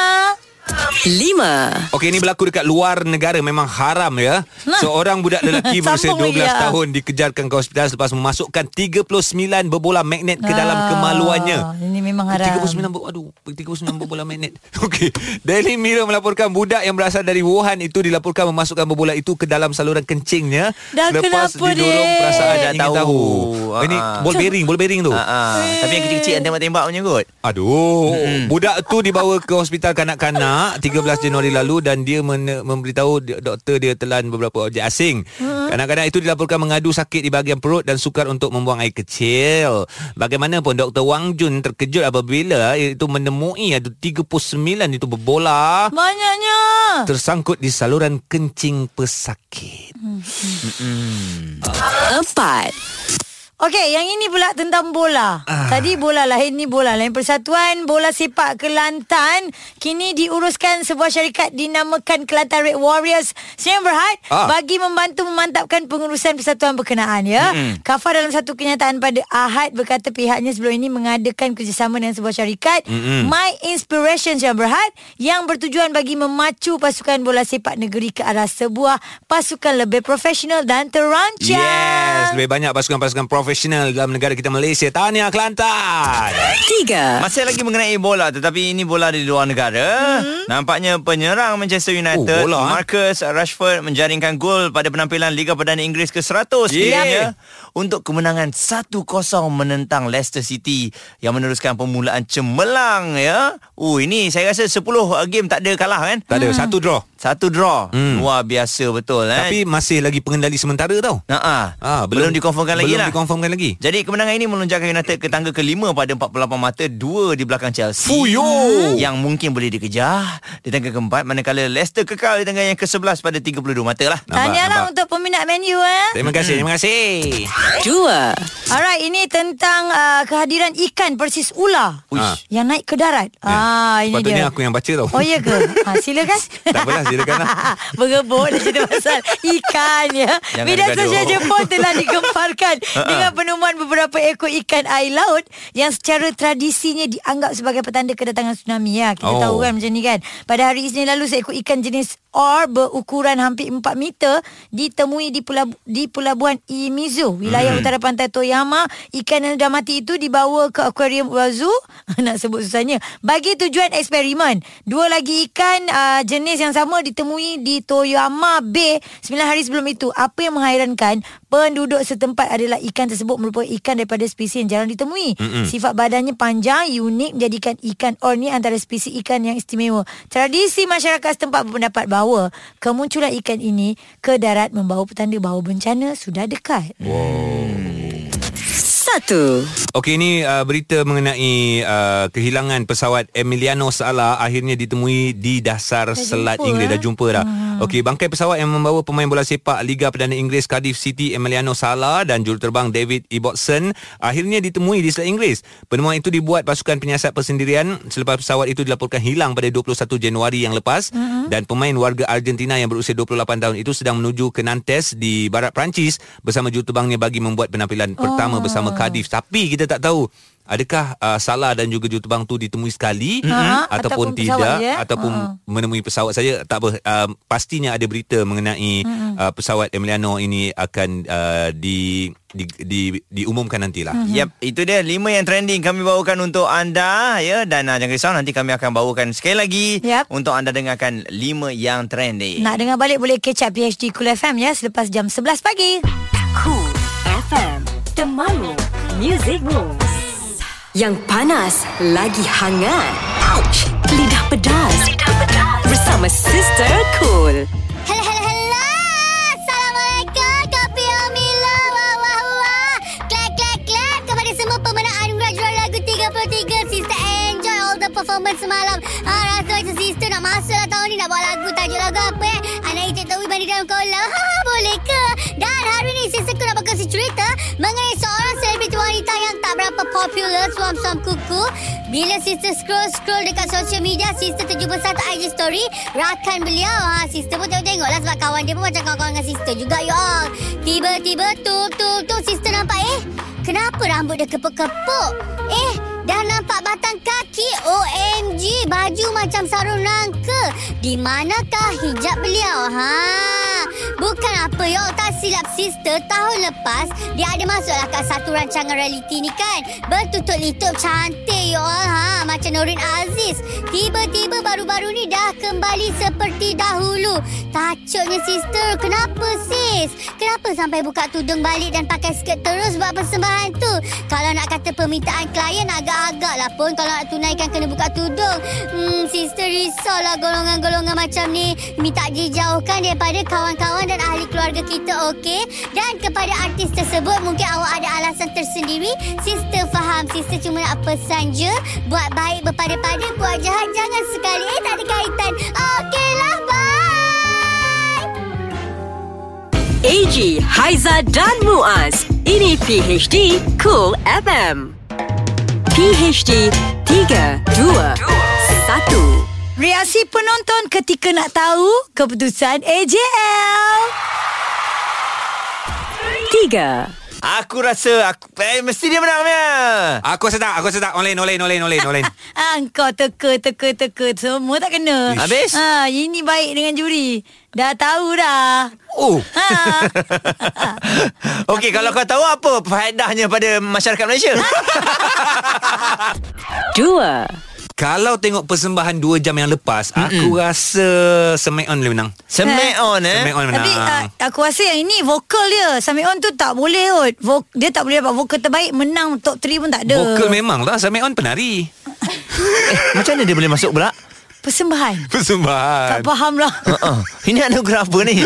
Lima Okey ini berlaku dekat luar negara memang haram ya. Seorang budak lelaki berusia 12 Sambung lagi, ah. tahun dikejarkan ke hospital selepas memasukkan 39 berbola magnet ke Ah, dalam kemaluannya. Ini memang haram 39 ber, aduh 39 berbola magnet. Okey. Daily Mirror melaporkan budak yang berasal dari Wuhan itu dilaporkan memasukkan berbola itu ke dalam saluran kencingnya Dah selepas kenapa didorong dia? perasaan Dah ingin tahu. tahu. Ini Ah. ball bearing, ball bearing tu. Ah, ah. Eh. Tapi yang kecil-kecil yang tembak-tembak punya kot. Aduh, mm-hmm. budak tu dibawa ke hospital kanak-kanak 13 Januari lalu dan dia men- memberitahu di- doktor dia telan beberapa objek asing. Hmm. Mm-hmm. Kanak-kanak itu dilaporkan mengadu sakit di bahagian perut dan sukar untuk membuang air kecil. Bagaimanapun Dr. Wang Jun terkejut apabila itu menemui ada 39 itu berbola Banyaknya tersangkut di saluran kencing pesakit. Empat Okey, yang ini pula tentang bola. Tadi bola lain ni bola lain. Persatuan Bola Sepak Kelantan kini diuruskan sebuah syarikat dinamakan Kelantan Red Warriors Sdn Berhad Ah. bagi membantu memantapkan pengurusan persatuan berkenaan ya. Kafa dalam satu kenyataan pada Ahad berkata pihaknya sebelum ini mengadakan kerjasama dengan sebuah syarikat My Inspiration Sdn Berhad yang bertujuan bagi memacu pasukan bola sepak negeri ke arah sebuah pasukan lebih profesional dan terancang. Ya, Yes, lebih banyak pasukan-pasukan prof profesional dalam negara kita Malaysia. Tahniah Kelantan. Tiga. Masih lagi mengenai bola tetapi ini bola di luar negara. Hmm. Nampaknya penyerang Manchester United Oh, bola, eh? Marcus Rashford menjaringkan gol pada penampilan Liga Perdana Inggris ke-100 kiranya untuk kemenangan 1-0 menentang Leicester City yang meneruskan permulaan cemerlang ya. Oh ini saya rasa 10 game tak ada kalah kan? Tak ada, satu draw. Satu draw. Hmm. Luar biasa betul eh. Tapi masih lagi pengendali sementara tau. Nah, Ah, belum, belum dikonfirmkan lagi belum lah. dikonfirmkan lagi. Jadi kemenangan ini melonjakkan United ke tangga kelima pada 48 mata, dua di belakang Chelsea. Fuyo! Yang mungkin boleh dikejar di tangga keempat manakala Leicester kekal di tangga yang ke-11 pada 32 mata lah. Tahniah lah untuk peminat Man U eh. Terima kasih, terima kasih. Dua. Alright, ini tentang uh, kehadiran ikan persis ular Uish. yang naik ke darat. Ah, ini dia. Ha, Ya. Sepatutnya aku yang baca tau. Oh ya ke? Ha, silakan. Tak apalah, silakan lah. Berebut dah cerita pasal ikan ya. Jangan Media gaduh. sosial Jepun telah digemparkan Ha, dengan penemuan beberapa ekor ikan air laut yang secara tradisinya dianggap sebagai petanda kedatangan tsunami ya. Kita Oh. tahu kan macam ni kan. Pada hari Isnin lalu seekor ikan jenis R berukuran hampir 4 meter ditemui di pelabu- di pelabuhan Imizu, wilayah hmm. utara pantai Toyama. Ikan yang dah mati itu dibawa ke akuarium Wazu, nak sebut susahnya, bagi tujuan eksperimen. Dua lagi ikan uh, jenis yang sama ditemui di Toyama Bay 9 hari sebelum itu. Apa yang menghairankan, penduduk setempat adalah ikan tersebut merupakan ikan daripada spesies yang jarang ditemui. Mm-hmm. Sifat badannya panjang, unik menjadikan ikan or ni antara spesies ikan yang istimewa. Tradisi masyarakat setempat berpendapat bahawa kemunculan ikan ini ke darat membawa petanda bahawa bencana sudah dekat. Satu. Okey ini uh, berita mengenai uh, kehilangan pesawat Emiliano Sala akhirnya ditemui di dasar dah selat jumpa, jumpa, Inggeris eh? dah jumpa dah. Hmm. Okey bangkai pesawat yang membawa pemain bola sepak Liga Perdana Inggeris Cardiff City Emiliano Sala dan juruterbang David Ibbotson akhirnya ditemui di selat Inggeris. Penemuan itu dibuat pasukan penyiasat persendirian selepas pesawat itu dilaporkan hilang pada 21 Januari yang lepas hmm. dan pemain warga Argentina yang berusia 28 tahun itu sedang menuju ke Nantes di barat Perancis bersama juruterbangnya bagi membuat penampilan Ah. pertama bersama Cardiff tapi kita tak tahu adakah uh, Salah dan juga jutubang tu ditemui sekali Ha, mm-hmm. ataupun, ataupun ataupun tidak pesawat je, eh? ataupun Ha. menemui pesawat saja tak apa uh, pastinya ada berita mengenai mm-hmm. uh, pesawat Emiliano ini akan uh, di, di di diumumkan nantilah Mhm. mm-hmm. Yap, Lah. itu dia lima yang trending kami bawakan untuk anda ya dan uh, jangan risau nanti kami akan bawakan sekali lagi Yap. untuk anda dengarkan lima yang trending. Nak dengar balik boleh catch up PHD Cool FM ya selepas jam 11 pagi. Cool FM. Temanmu. Music Rules. Yang panas, lagi hangat. Ouch. Lidah pedas. Lidah pedas. Bersama Sister Cool. Hello, hello, hello. Assalamualaikum. Kopi Omila. Wah, wah, wah. Clap, clap, clap. Kepada semua pemenang anugerah juara lagu 33. Sister enjoy all the performance semalam. Ah, rasa macam sister nak masuk lah tahun ni. Nak buat lagu. Tajuk lagu apa eh? Anak Ijik Tawi mandi dalam kolam. Ha, ha, boleh ke? Dan hari ni sister aku nak berkongsi cerita mengenai seorang selebriti wanita yang tak berapa popular suam-suam kuku. Bila sister scroll-scroll dekat social media, sister terjumpa satu IG story rakan beliau. Ha, sister pun tengok-tengok lah sebab kawan dia pun macam kawan-kawan dengan sister juga you all. Tiba-tiba tu tu tu sister nampak eh. Kenapa rambut dia kepuk-kepuk? Eh, dah nampak batang kaki. OMG, baju macam sarung rangka. Di manakah hijab beliau? Ha, bukan apa yo, tak silap sister tahun lepas dia ada masuklah kat satu rancangan reality ni kan. Bertutup litup cantik yo all ha, macam Norin Aziz. Tiba-tiba baru-baru ni dah kembali seperti dahulu. Takutnya sister, kenapa sis? Kenapa sampai buka tudung balik dan pakai skirt terus buat persembahan tu? Kalau nak kata permintaan klien agak-agak lah pun kalau nak tunaikan kena buka tudung. Hmm, sister risaulah golongan-golongan macam ni. Minta dijauhkan daripada kawan-kawan dan ahli keluarga kita, okey? Dan kepada artis tersebut, mungkin awak ada alasan tersendiri. Sister faham. Sister cuma nak pesan je. Buat baik berpada-pada, buat jahat jangan sekali. Eh, tak ada kaitan. Okeylah, bye! AG, Haiza dan Muaz. Ini PHD Cool FM. PHD 3, 2, 1. Reaksi penonton ketika nak tahu keputusan AJL. 3. Aku rasa aku, eh, mesti dia menang punya. Aku rasa tak, aku rasa tak. Online, online, online, online, online. Ah, kau teka, teka, teka. Semua tak kena. Ish. Habis? Ah, ini baik dengan juri. Dah tahu dah. Oh. Ha. Okey, kalau kau tahu apa faedahnya pada masyarakat Malaysia? Ha? Dua. Kalau tengok persembahan 2 jam yang lepas, Mm-mm. aku rasa Smackdown boleh menang. Semek on eh. Semek on. Tapi menang. uh, aku rasa yang ini vokal dia. Samion tu tak boleh kot. Vok- dia tak boleh dapat vokal terbaik. Menang top 3 pun tak ada. Vokal memanglah Smackdown penari. Macam mana dia boleh masuk pula? Persembahan. Tak Persembahan. faham lah. Uh, ini anugerah apa ni?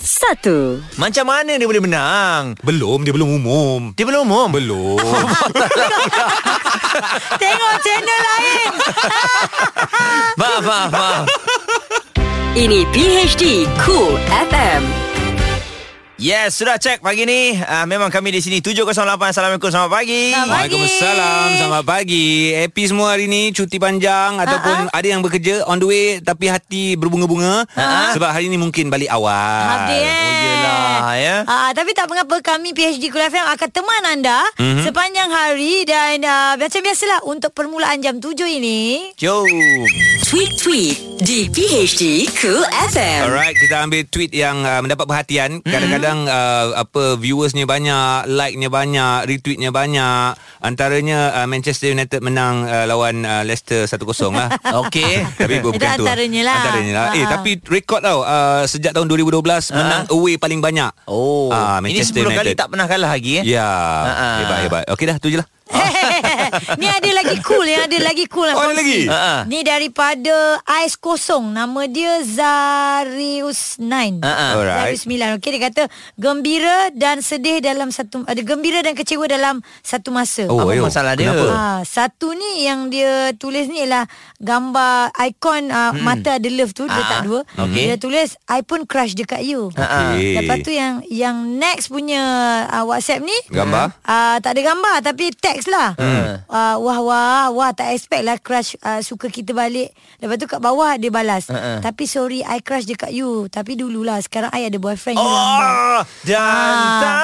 Satu. Macam mana dia boleh menang? Belum, dia belum umum. Dia belum umum. Belum. Tengok channel lain. Faham, faham, faham. Ini PHD Cool FM. Yes, sudah cek pagi ni. Uh, memang kami di sini 708. Assalamualaikum, selamat pagi. Selamat pagi. Waalaikumsalam Selamat pagi Happy semua hari ni Cuti panjang Ataupun Ah, ada yang bekerja On the way Tapi hati berbunga-bunga Sebab hari ni mungkin balik awal Ah, Habis eh. Oh, yelah, ya. Ah, tapi tak mengapa kami PHD Kul FM akan teman anda Mhm. mm-hmm. sepanjang hari dan ah, macam biasalah untuk permulaan jam 7 ini. Jom. Tweet Tweet di PHD Cool FM. Alright, kita ambil tweet yang uh, mendapat perhatian. Mm-hmm. Kadang-kadang uh, apa viewersnya banyak, like-nya banyak, retweetnya banyak. Antaranya uh, Manchester United menang uh, lawan uh, Leicester 1-0 lah. Okey. tapi bukan Itu tu. antaranya lah. Antaranya lah. Eh, Ha-ha. tapi rekod tau uh, sejak tahun 2012 menang away paling banyak. Oh, Ah, ini 10 Manchester kali United. tak pernah kalah lagi eh. Ya, Ha-ha. hebat hebat. Okey dah, tu je lah. ni ada lagi cool Yang ada lagi cool nak Oh, ada kongsi. lagi? Ha-ha. Ni daripada Ais Kosong Nama dia Zarius 9 Ha-ha. Alright. Zarius 9 Okey dia kata Gembira dan sedih dalam satu ada Gembira dan kecewa dalam satu masa Oh, Apa ayo. masalah dia? Kenapa? Ha, satu ni yang dia tulis ni ialah gambar ikon uh, hmm. mata ada love tu dia Ah, tak dua. okey. Dia tulis I pun crush dekat you. Okey. Lepas tu yang yang next punya uh, WhatsApp ni Gambar? Uh, tak ada gambar tapi teks lah. Hmm. Uh, wah wah wah tak expect lah crush uh, suka kita balik. Lepas tu kat bawah dia balas. Ha-ha. Tapi sorry I crush dekat you. Tapi dululah sekarang I ada boyfriend you lambat." Oh, dan Ah. tak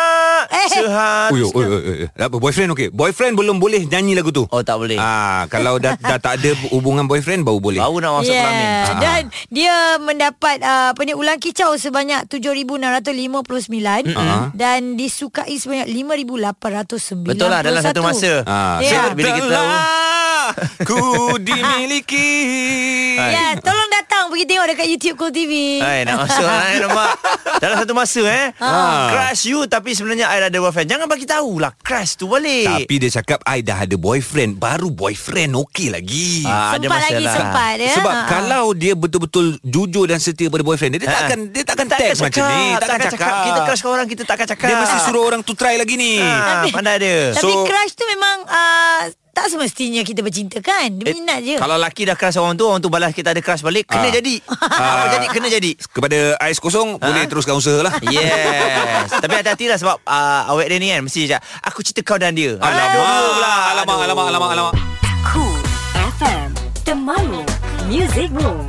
Eh. sehat. Uyo, uyo, kan? uyo, uyo. Tak Apa boyfriend okey. Boyfriend belum boleh nyanyi lagu tu. Oh, tak boleh. Ah, kalau dah, dah tak ada hubungan boyfriend baru boleh. Baru nak Ya, masuk Oh, kelamin. Ah. Dan dia mendapat uh, apa ni ulang kicau sebanyak 7659 Ah. dan disukai sebanyak 5891. Betul lah dalam satu masa. Ah. Ya. So, bila kita tahu Setelah ku dimiliki. Ya, tolong datang pergi tengok dekat YouTube Cool TV. Hai, nak masuk hai, nampak Dalam satu masa eh ha. Crush you Tapi sebenarnya I ada boyfriend Jangan bagi tahu lah Crush tu balik Tapi dia cakap I dah ada boyfriend Baru boyfriend okey lagi Ah, ada sempat lagi masalah. sempat ya. Sebab Ah, ah. kalau dia betul-betul jujur dan setia pada boyfriend dia, dia Ha. takkan dia takkan teks macam ni, Takkan cakap. Kita crush kau orang Kita takkan cakap Dia mesti suruh orang tu try lagi ni. ha, Pandai dia Eh, Tapi So- ah. crush tu memang uh, tak semestinya kita bercinta kan. Dia minat Eh, je. Kalau lelaki dah crush orang tu Orang tu balas kita ada crush balik Kena Ah. jadi Apa Ah. jadi Kena jadi Ah. Kepada Ais Kosong Boleh teruskan usaha lah Yes Tapi hati-hati lah sebab uh, Awet dia ni kan Mesti cakap Aku cerita kau dan dia Aduh Alamak, pula. alamak, Aduh. alamak, alamak, alamak. Cool FM. Temanmu. Music Rules.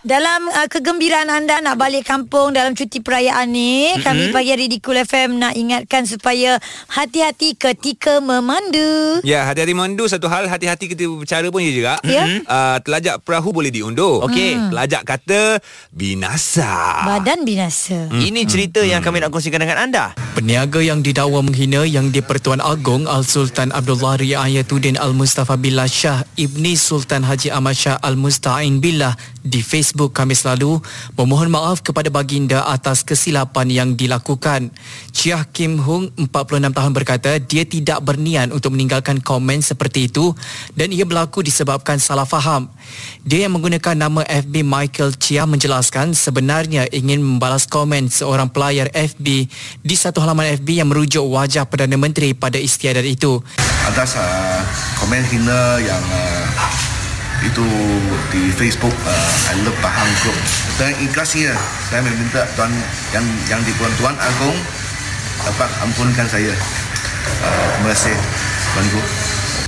Dalam uh, kegembiraan anda nak balik kampung dalam cuti perayaan ni, mm-hmm. kami pagi hari di Cool FM nak ingatkan supaya hati-hati ketika memandu. Ya, hati-hati mandu satu hal, hati-hati kita berbicara pun ya juga. Ya. Uh, telajak perahu boleh diundur. Okey. Hmm. Telajak kata binasa. Badan binasa. Mm. Mm. Ini cerita yang kami nak kongsikan dengan anda Hmm. Peniaga yang didakwa menghina yang di-Pertuan Agong Al-Sultan Abdullah Riayatuddin Al-Mustafa Billah Shah Ibni Sultan Haji Ahmad Shah Al-Musta'in Billah di Facebook kami selalu memohon maaf kepada baginda atas kesilapan yang dilakukan. Chiah Kim Hung, 46 tahun berkata dia tidak berniat untuk meninggalkan komen seperti itu dan ia berlaku disebabkan salah faham. Dia yang menggunakan nama FB Michael Chia menjelaskan sebenarnya ingin membalas komen seorang pelayar FB di satu halaman FB yang merujuk wajah Perdana Menteri pada istiadat itu. atas uh, komen hina yang uh, itu di Facebook uh, I Love Pahang Group. Dan ikhlasnya saya meminta tuan yang yang di Puan Tuan Agung dapat ampunkan saya. Uh, terima kasih Tuan Guru.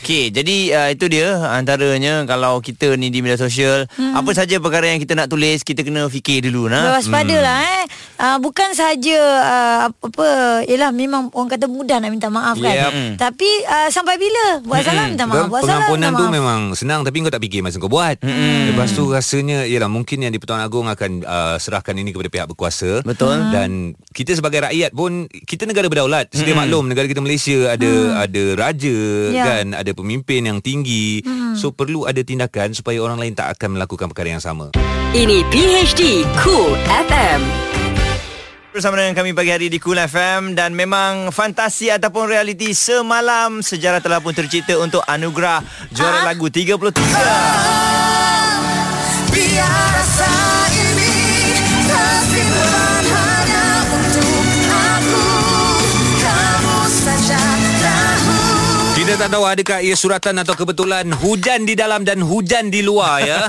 Okey, jadi uh, itu dia antaranya kalau kita ni di media sosial, hmm. apa saja perkara yang kita nak tulis, kita kena fikir dulu nah. Mm. Berwaspada hmm. lah eh. Uh, bukan sahaja uh, apa ialah memang orang kata mudah nak minta maaf kan. Yep. Mm. Tapi uh, sampai bila buat salah minta maaf, buat Hmm. salah Hmm. Pengampunan minta tu maaf. memang senang Tapi kau tak fikir masa kau buat mm. Lepas tu rasanya Yelah mungkin yang di-Pertuan Agong Akan uh, serahkan ini kepada pihak berkuasa Betul Hmm. Dan kita sebagai rakyat pun Kita negara berdaulat Sedia maklum Negara kita Malaysia Ada ada raja Hmm. Ya. Hmm. kan Ada pemimpin yang tinggi So perlu ada tindakan Supaya orang lain tak akan melakukan perkara yang sama Ini PHD Cool FM. Bersama dengan kami pagi hari di Cool FM dan memang fantasi ataupun realiti semalam sejarah telah pun tercipta untuk anugerah juara ah. lagu 33. Biar rasa ini tersimpan hanya untuk aku Kamu saja tahu Kita tak tahu adakah ia suratan atau kebetulan Hujan di dalam dan hujan di luar ya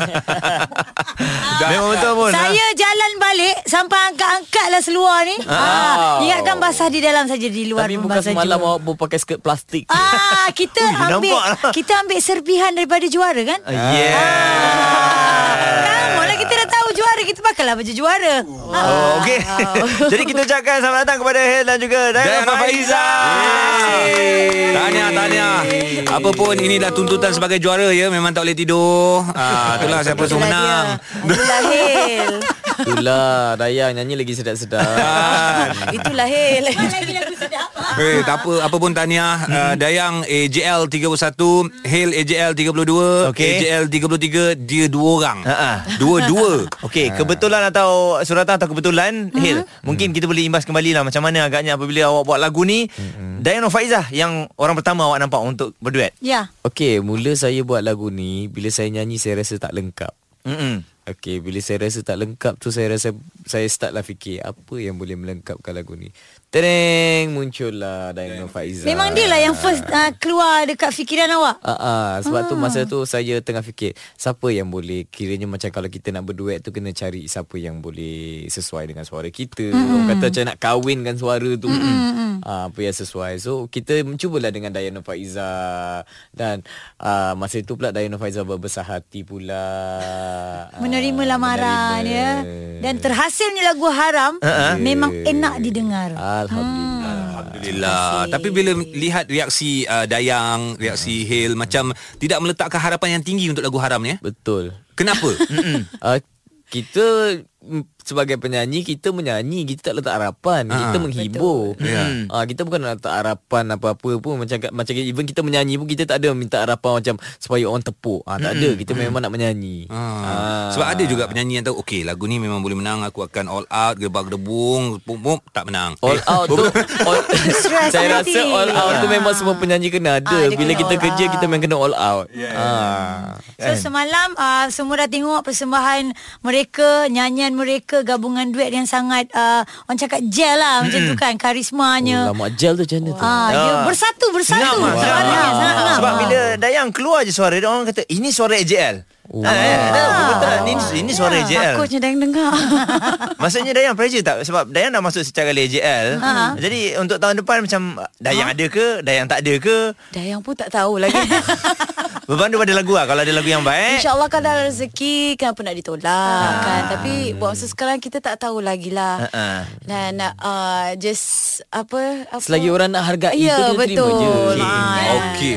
memang betul ha? pun. lah. Saya jalan balik sampai angkat-angkatlah seluar ni. Ah, ingatkan basah di dalam saja di luar Tapi pun bukan basah semalam juga. awak berpakai skirt plastik. Ah, kita Ui, ambil nampak lah. kita ambil serbihan daripada juara kan? Ha? Yeah. Kamu lah kita dah tahu juara Kita pakailah baju juara oh. Oh, okey. Jadi kita ucapkan selamat datang kepada Hel dan juga Diana Diana Faiza. Faiza. Tahniah, tahniah. Apa pun inilah tuntutan sebagai juara ya, memang tak boleh tidur. Ah, itulah siapa tu menang. Itulah Hil Itulah, Dayang nyanyi lagi sedap-sedap. Itulah Hil Lagi lagu sedap Kan? Eh, tak apa, apa pun tahniah. Hmm. Uh, Dayang AJL 31, Hale AJL 32, Okey. AJL 33, dia dua orang. Ha-ha. Dua-dua. Okey, kebetulan atau suratan atau kebetulan mm-hmm. Hil, mungkin Hmm. kita boleh imbas kembali lah macam mana agaknya apabila awak buat lagu ni hmm. mm-hmm. Diana Faiza yang orang pertama awak nampak untuk berduet. Ya Okey, mula saya buat lagu ni, bila saya nyanyi saya rasa tak lengkap. Mm-mm. Okey, bila saya rasa tak lengkap tu saya rasa saya startlah fikir apa yang boleh melengkapkan lagu ni. Tereng muncullah Dayang Faiza. Memang dia lah yang first uh, keluar dekat fikiran awak Ah, ah, sebab tu masa tu saya tengah fikir siapa yang boleh kiranya macam kalau kita nak berduet tu kena cari siapa yang boleh sesuai dengan suara kita. Orang kata macam nak kahwinkan suara tu. Ah, apa yang sesuai. So kita mencubalah dengan Dayana Faiza dan ah, masa tu pula Dayana Faiza berbesar hati pula. Ah, Menerima menerima. lamaran ya Dan terhasilnya lagu haram uh-huh. Memang enak didengar Hmm. Alhamdulillah. Alhamdulillah. Tapi bila lihat reaksi uh, Hmm. Dayang, reaksi Hale macam tidak meletakkan harapan yang tinggi untuk lagu haram ni. eh? Betul. Kenapa? uh, kita mm, sebagai penyanyi kita menyanyi kita tak letak harapan uh kita menghibur yeah. uh, kita bukan nak letak harapan apa-apa pun macam macam even kita menyanyi pun kita tak ada minta harapan macam supaya orang tepuk uh, tak ada kita memang nak menyanyi Ah. Sebab ada juga penyanyi yang tahu Okey lagu ni memang boleh menang Aku akan all out Gebak gedebung Pum pum Tak menang All out tu all, Stress Saya nanti. rasa all out tu Ah. Memang semua penyanyi kena ada Ah, dia Bila kena kita all kerja out. Kita memang kena all out Ah. So semalam uh, semua dah tengok persembahan mereka, nyanyian mereka, gabungan duet yang sangat uh, orang cakap gel lah macam tu kan, Oh, karismanya. Lama gel tu macam mana tu Ah, dia bersatu bersatu. Ngam lah, Suara dia ngam. sangat ngam. Sebab bila Dayang keluar je suara dia orang kata ini suara AJL. Wow. Betul ni Ah, eh. ini suara Ya, AJL. Ah. Takutnya dah yang dengar. Maksudnya Dayang pressure tak sebab Dayang dah masuk secara kali AJL. Ah. Jadi untuk tahun depan macam Dayang ada ke, Dayang tak ada ke? Dayang pun tak tahu lagi. Berpandu pada lagu lah Kalau ada lagu yang baik InsyaAllah kan ada rezeki Kenapa nak ditolak kan Tapi buat masa sekarang Kita tak tahu lagi lah Uh-uh. Dan uh, Just Apa, apa Selagi orang nak hargai Ya, tu, dia terima betul. je. Ah, ya. Okey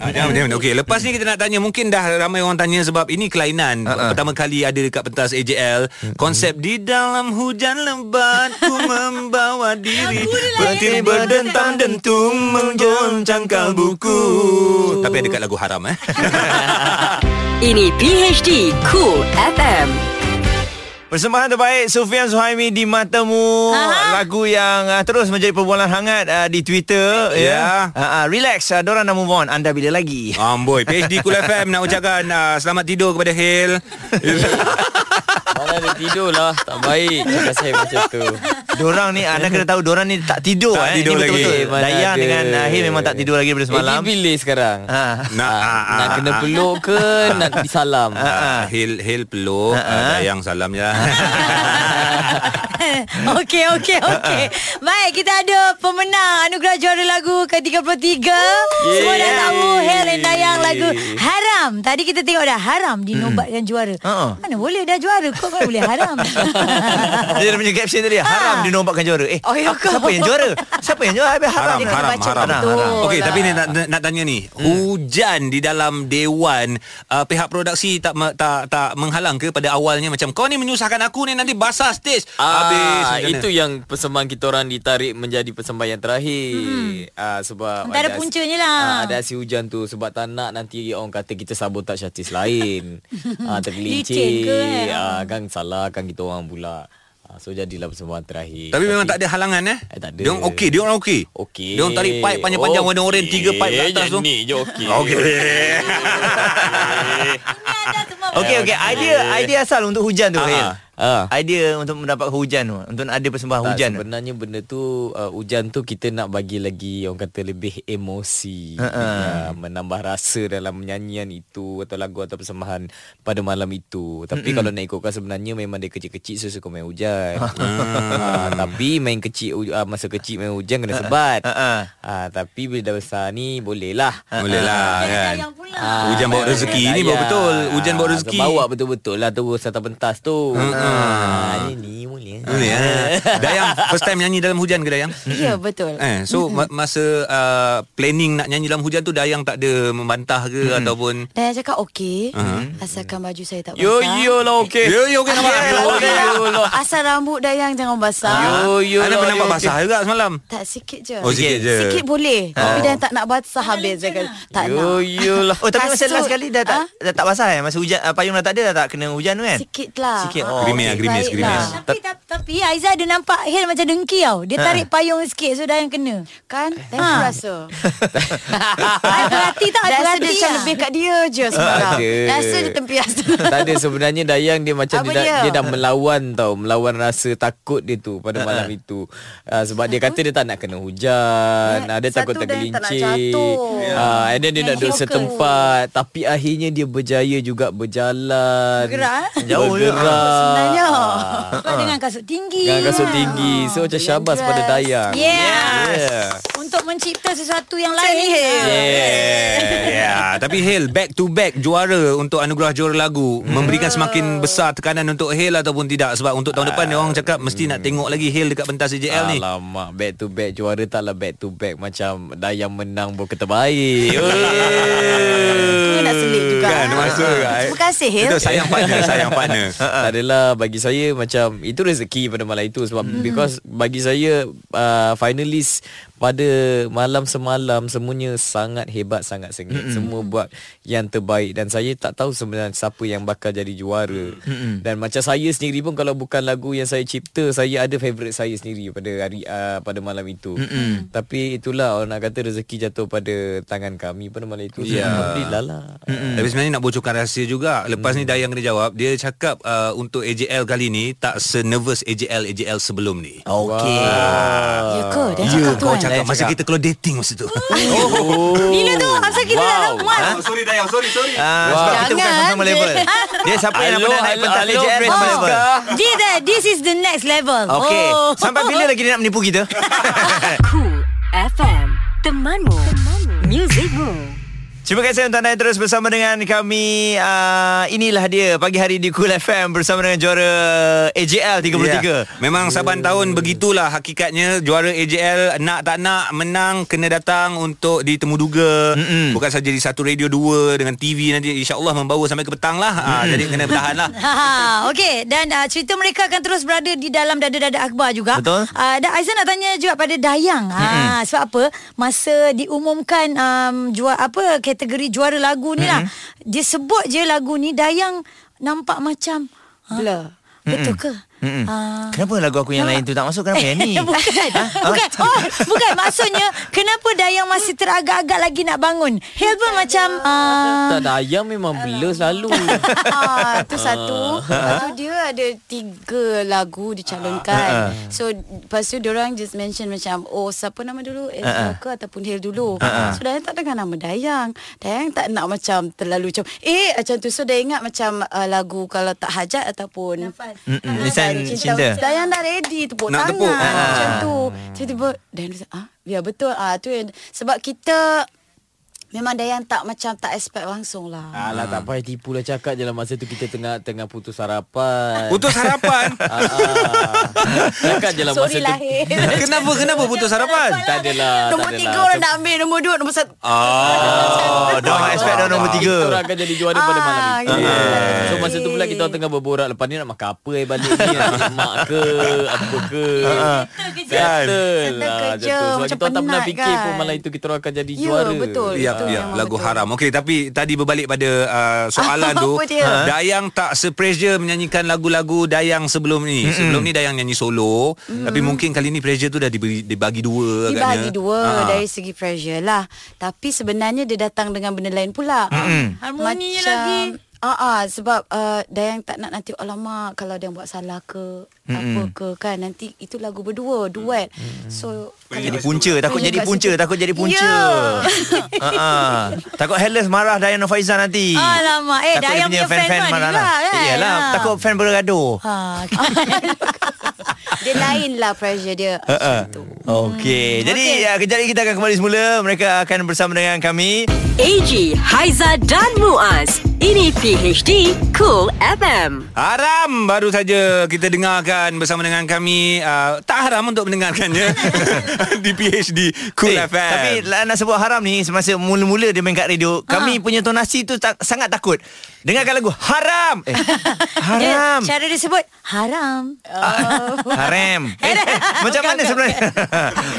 Ah, jangan berhenti. Okey, lepas ni kita nak tanya mungkin dah ramai orang tanya sebab ini kelainan Ha, uh-uh. pertama kali ada dekat pentas AJL. Konsep di dalam hujan lebat ku membawa diri berdiri berdentang dentung menggon cangkal buku. Tapi ada dekat lagu haram eh. Ini PHD Cool FM. Persembahan terbaik Sufian Suhaimi di matamu Aha. lagu yang uh, terus menjadi perbualan hangat uh, di Twitter ya. Yeah. Ya. Uh, uh, relax uh, dorang dah move on anda bila lagi. Amboi, PhD Kul FM nak ucapkan uh, selamat tidur kepada Hil. Malah dia tidur lah Tak baik Cakap saya macam tu Diorang ni Anda kena tahu Diorang ni tak tidur Tak eh. Ini tidur lagi. betul-betul. Mana Dayang ada. dengan Ahil Memang tak tidur lagi daripada semalam Eh, dia pilih sekarang. ha. Nak, ah, Nak ah, kena ah. peluk ke Nak disalam Ah, Hil Hil peluk ah, Dayang salam je lah okey, okey, okey. Baik, kita ada pemenang anugerah juara lagu ke-33. Semua dah tahu Hel dan Dayang lagu Haram. Tadi kita tengok dah Haram dinobatkan juara. Ha-ha. Uh-uh. Mana boleh dah juara kok mana boleh haram. Dia dah punya caption Ah. tadi Haram dinobatkan juara Eh Oh, ya apa- ke? siapa yang juara Siapa yang juara Habis haram Haram Haram baca Haram, betul haram. lah. Okey tapi ni nak, nak nak tanya Hmm. ni Hujan di dalam Dewan uh, Pihak produksi tak me- tak tak menghalang ke pada awalnya Macam kau ni menyusahkan aku ni Nanti basah stage Habis Ah, macam mana? itu yang persembahan kita orang ditarik menjadi persembahan yang terakhir. Ah, sebab Tak ada as- puncanya lah. Ah, ada aksi hujan tu sebab tak nak nanti orang kata kita sabotaj artis lain. ah, Licin tergelincir. ke, eh? Ah, kan salah kan kita orang pula. Ah, so jadilah persembahan terakhir. Tapi memang tak ada halangan eh? Eh, tak ada. Dia orang okey, dia orang okey. Okey. Dia orang tarik pipe panjang-panjang warna oren, tiga pipe kat atas tu. Eh, Yang ni je okey. Okey. Ini ada semua. Okay okay Idea idea asal untuk hujan tu Ah, Hil ah. Idea untuk mendapat hujan tu Untuk ada persembahan Tak, hujan tu. sebenarnya benda tu uh, hujan tu kita nak bagi lagi orang kata lebih emosi uh, menambah rasa dalam nyanyian itu atau lagu atau persembahan pada malam itu tapi kalau nak ikutkan sebenarnya memang dia kecil-kecil so suka main hujan uh, tapi main kecil uh, masa kecil main hujan kena sebat uh-uh. uh, tapi bila dah besar ni boleh lah Boleh lah kan. Dayang pula. Ah, Hujan bawa rezeki ni bawa dayang. betul. Hujan bawa rezeki. Ha, Bawa betul-betul lah terus atas pentas tu. Ha. Ini ni boleh. Boleh eh. Dayang first time nyanyi dalam hujan ke Dayang? Ya, betul. Eh, so ma- masa uh, planning nak nyanyi dalam hujan tu Dayang tak ada membantah ke ataupun Dan saya cakap okey uh-huh. Asalkan baju saya tak basah Ha. Yo yo lah okey. Yo yo kena nampak. Yo yo lah. Asal rambut Dayang jangan basah Yo yo. lah, Ana Ah, pernah nampak yo, basah juga semalam. Tak sikit je Oh, sikit je. Ah. Sikit boleh Tapi Dayang tak nak basah habis saya kata, Tak Ha. Yo nak yo lah. Oh tapi masa Kasut. last kali dah tak Ah? dah tak basah eh masa hujan uh, payung dah tak ada dah tak kena hujan tu kan? Sikit lah Sikit. Ah, Oh. Gerimis okey, lah, gerimis, baik gerimis. lah. Tapi, tapi, tapi Aiza ada nampak Hil macam dengki tau. Ha. Dia tarik payung sikit so Dayang kena. Kan Dayang Ah. ha. rasa I perhati tak? I Rasa dia perhati macam lah. lebih kat dia je Ah, sekarang Ada. Rasa dia tempias tak ada sebenarnya Dayang dia macam Apa dia, dia? dia? dia dah melawan tau melawan rasa takut dia tu pada malam itu uh, sebab dia kata dia tak nak kena hujan Ya, uh, dia takut satu dia tak nak tergelincir jatuh. uh, and then dia nak duduk Fokus. setempat tapi akhirnya dia berjaya juga berjalan Bergerak, eh? Jauh je. bergerak Sebenarnya. Ah. Sebab Ha. dengan kasut tinggi. Ha. Dengan kasut tinggi So macam syabas pada Dayang Yeah. Untuk mencipta sesuatu yang lain. Ha. Yeah. yeah. Tapi Hale back to back juara untuk anugerah juara lagu memberikan semakin besar tekanan untuk Hale ataupun tidak sebab untuk tahun depan orang cakap mesti nak tengok lagi Hale dekat pentas CJL ni. Alamak Back to back Juara taklah back to back Macam Dayang menang Bukan terbaik Kena nak selit juga Kan eh. ah. Ha. masa kan. Terima kasih Hil Betul sayang partner, sayang partner. Tak adalah bagi saya macam itu rezeki pada malam itu sebab mm. Hmm. because bagi saya uh, finalis pada malam semalam semuanya sangat hebat sangat sengit Hmm. mm semua buat yang terbaik dan saya tak tahu sebenarnya siapa yang bakal jadi juara mm Hmm. dan macam saya sendiri pun kalau bukan lagu yang saya cipta saya ada favourite saya sendiri pada hari uh, pada malam itu mm tapi itulah orang nak kata rezeki jatuh pada tangan kami pada malam itu Ya. yeah. alhamdulillah lah Mm. Tapi sebenarnya nak bocorkan rahsia juga. Lepas ni Dayang kena jawab. Dia cakap uh, untuk AJL kali ni tak senervous AJL AJL sebelum ni. Okey. Ya ke Dia Ya, cakap tu kau kan cakap masa kita keluar dating masa tu. Bila tu Hafsah kita wow. dah muat. Oh, sorry Dayang, sorry, sorry. Oh. Ha? Ah, sebab kita bukan Jangan. sama-sama level. Dia siapa yang nak Hello, pernah naik hello, pentas hello, AJL sama Francesca. level. This, Oh. this is the next level. Okey. Oh. Sampai bila lagi dia nak menipu kita? Cool FM. Temanmu. Temanmu. Musicmu. Terima kasih untuk anda yang terus bersama dengan kami. Uh, inilah dia pagi hari di Cool FM bersama dengan juara AJL 33. Yeah. Ya, Oh. Memang saban tahun begitulah hakikatnya juara AJL nak tak nak menang kena datang untuk ditemuduga Mm-mm. bukan saja di satu radio dua dengan TV nanti insyaallah membawa sampai ke petang lah ha, jadi kena bertahan lah Ha, okay dan uh, cerita mereka akan terus berada di dalam dada-dada akhbar juga. Betul. Uh, dan Aizan nak tanya juga pada Dayang. Ha, mm-hmm. sebab apa? Masa diumumkan um, juara apa kategori juara lagu ni lah. Mm-hmm. Dia sebut je lagu ni Dayang nampak macam ha, Blur betul ke? Ah. Ha. Mm-mm. Kenapa lagu aku yang lain tu tak masuk? Kenapa yang ni? Ha? bukan. bukan. Oh, bukan. Maksudnya, kenapa Dayang masih teragak-agak lagi nak bangun? Hilbun macam... Uh, Tak ada ayam memang blur selalu. Ah, tu satu Lepas tu dia ada tiga lagu dicalonkan So Lepas tu diorang just mention macam Oh siapa nama dulu Elsa ke ataupun Hil dulu So Dayang tak dengar nama Dayang Dayang tak nak macam terlalu macam Eh macam tu So dia ingat macam uh, lagu Kalau tak hajat ataupun Mm-mm. Nisan cinta. Dayang dah ready Tepuk Nak tangan tepuk. Macam tu Tiba-tiba Dayang rasa ah, Ya betul ah, tu yang, Sebab kita Memang Dayang tak macam Tak expect langsung lah Alah tak payah tipu lah cakap je lah masa tu kita tengah tengah putus harapan. Putus harapan. Ah, ah. Cakap je lah masa Sorry tu. lah Hil kenapa kenapa putus harapan? Tak lah. adalah. Nombor tak lah. tiga adalah. orang nak ambil Nombor dua Nombor satu Oh, dah expect dah nombor tiga. Kita orang akan jadi juara pada malam Ah, itu. yeah. So masa tu pula kita orang tengah berborak lepas ni nak makan apa eh balik ni nak makan mak ke apa ke. Settle lah Settle macam kerja, tu. macam Sebab kita orang tak pernah penat fikir pun kan. malam itu kita orang akan jadi Ya, juara. betul. Ya, Betul, ya, memang lagu betul. haram. Okey, tapi tadi berbalik pada uh, soalan Apa tu. dia? Ha? Dayang tak se-pressure menyanyikan lagu-lagu Dayang sebelum ni. Mm-hmm. Sebelum ni Dayang nyanyi solo, mm-hmm. tapi mungkin kali ni pressure tu dah diberi, dibagi kan dua Dibagi agaknya. dua Ah. Dari segi pressure lah Tapi sebenarnya Dia datang dengan benda lain pula Harmoni lagi. Ah, ah, sebab uh, Dayang tak nak nanti Alamak kalau dia buat salah ke Apa ke kan Nanti itu lagu berdua Duet So Takut jadi punca Takut jadi punca Takut jadi punca Ya. yeah. Takut Hellas marah Dayana Faizan nanti Ah, lah. Alamak. Eh, Takut dia Dayang punya fan pun ada juga, kan? Yalah Ha. Takut fan bergaduh Ha, Ah, Dia lain lah pressure dia Uh-uh. Okey. Jadi okay. kejap lagi kita akan kembali semula. Mereka akan bersama dengan kami. AG, Haiza dan Muaz. Ini PHD Cool FM. Haram baru saja kita dengarkan bersama dengan kami uh, tak haram untuk mendengarkannya di PhD Cool Eh, hey, FM. Tapi lah, nak sebut haram ni semasa mula-mula dia main kat radio, kami punya tonasi tu tak, sangat takut. Dengarkan lagu haram. Eh, haram. Dia, cara dia sebut, haram. haram. Eh, macam mana sebenarnya?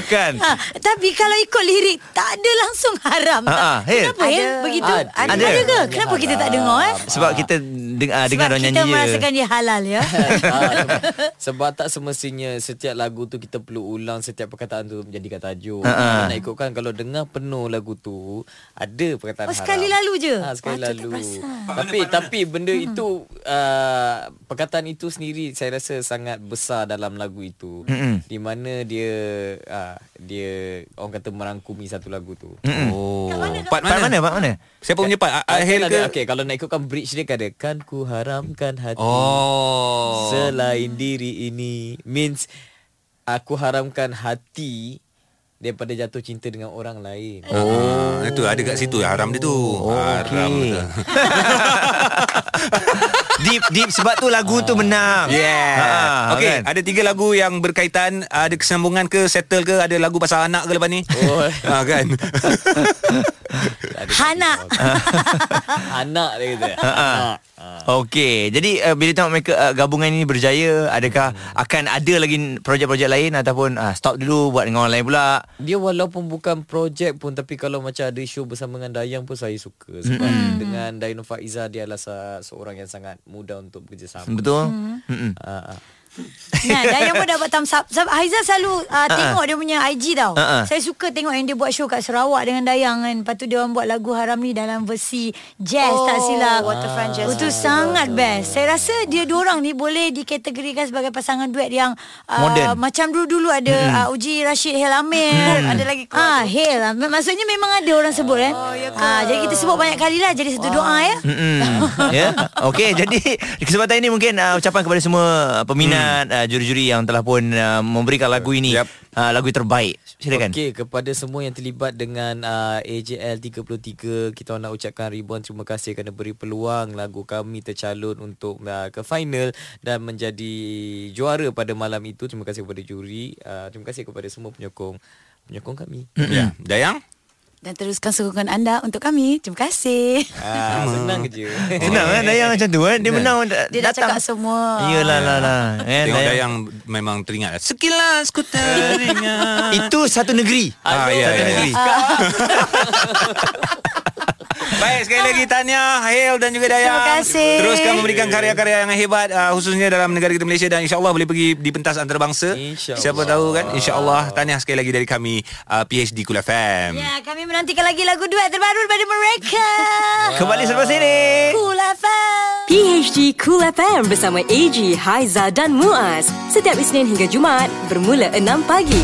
kan? Ha, tapi kalau ikut lirik tak ada langsung haram. tak? Ha, ha, Hil. Kenapa Hil Ada. begitu? Ada. Ada, Ada. ada ke? Kenapa kita tak dengar eh? Sebab kita deng- ah, dengar Sebab orang kita nyanyi je. merasakan dia halal ya. Ah, sebab- sebab tak semestinya setiap lagu tu kita perlu ulang setiap perkataan tu menjadikan tajuk. Ha-ha. Kita nak ikutkan kalau dengar penuh lagu tu ada perkataan Oh, haram. sekali lalu je? Ha, sekali Patut tak lalu. perasan. Tapi tapi benda itu uh, perkataan itu sendiri saya rasa sangat besar dalam lagu itu. Mm-mm. Di mana dia uh, dia orang kata merangkumi satu lagu tu. oh. Part mana? Part mana? Part mana? Siapa punya part? Ah, Ahil Kan ke? ada- Okey, kalau nak ikutkan bridge dia kan ada kan ku haramkan hati. Oh. Selain diri ini Means Aku haramkan hati Daripada jatuh cinta dengan orang lain Oh, itu ada kat situ haram dia tu. Oh, haram okey. betul. Deep, deep. Sebab tu lagu tu menang. Oh. Yeah. Ha, okay, kan? ada tiga lagu yang berkaitan ada kesambungan ke settle ke ada lagu pasal anak ke lepas ni? Oh. ha, kan. Hana. Anak Ah. dia kata Ha. Okey, jadi uh, bila tengok mereka uh, gabungan ini berjaya, adakah Mm-hmm. akan ada lagi projek-projek lain ataupun uh, stop dulu buat dengan orang lain pula? Dia walaupun bukan projek pun Tapi kalau macam ada show bersama dengan Dayang pun Saya suka Sebab mm. dengan Dayang Faiza Dia adalah sa- seorang yang sangat mudah Untuk bekerjasama Betul? Mm-mm. Ah, ah. Nah, Dayang pun dapat thumbs up. Sebab Haiza selalu uh, tengok dia punya IG tau. Ha-ha. Saya suka tengok yang dia buat show kat Sarawak dengan Dayang kan. Lepas tu dia orang buat lagu haram ni dalam versi jazz tak silap. Waterfront Jazz Itu sangat best. Saya rasa dia dua orang ni boleh dikategorikan sebagai pasangan duet yang uh, Modern. macam dulu-dulu ada uh, Uji Rashid Helamir. ada lagi Ah, Hel. Maksudnya memang ada orang sebut eh. Oh, ya ah, jadi kita sebut banyak kali lah jadi satu doa ya. Mm-mm. Ya. Okey, jadi di kesempatan ini mungkin uh, ucapan kepada semua uh, peminat uh, juri-juri yang telah pun uh, memberikan lagu ini Yap. uh, lagu terbaik. Silakan. Okey, kepada semua yang terlibat dengan uh, AJL 33, kita nak ucapkan ribuan terima kasih kerana beri peluang lagu kami tercalon untuk uh, ke final dan menjadi juara pada malam itu. Terima kasih kepada juri, uh, terima kasih kepada semua penyokong penyokong kami. ya, Dayang? Dan teruskan sokongan anda Untuk kami Terima kasih Ah, senang je. Senang kan Dayang macam tu kan Dia menang dia Dia dah cakap semua Iyalah lah lah kan, Tengok Dayang. Dayang memang teringat. Sekilas ku teringat. Itu satu negeri Satu Ah, ya, ya, ya. negeri Baik sekali lagi Tanya, Hail dan juga Dayang. Terima kasih. Teruskan memberikan karya-karya yang hebat uh, khususnya dalam negara kita Malaysia dan insya-Allah boleh pergi di pentas antarabangsa. InsyaAllah. Siapa tahu kan insya-Allah Tahniah sekali lagi dari kami uh, PhD Kul FM. Ya, kami menantikan lagi lagu duet terbaru daripada mereka. Kembali selepas ini. Cool FM. PHD Cool FM bersama AG, Haiza dan Muaz. Setiap Isnin hingga Jumaat bermula 6 pagi.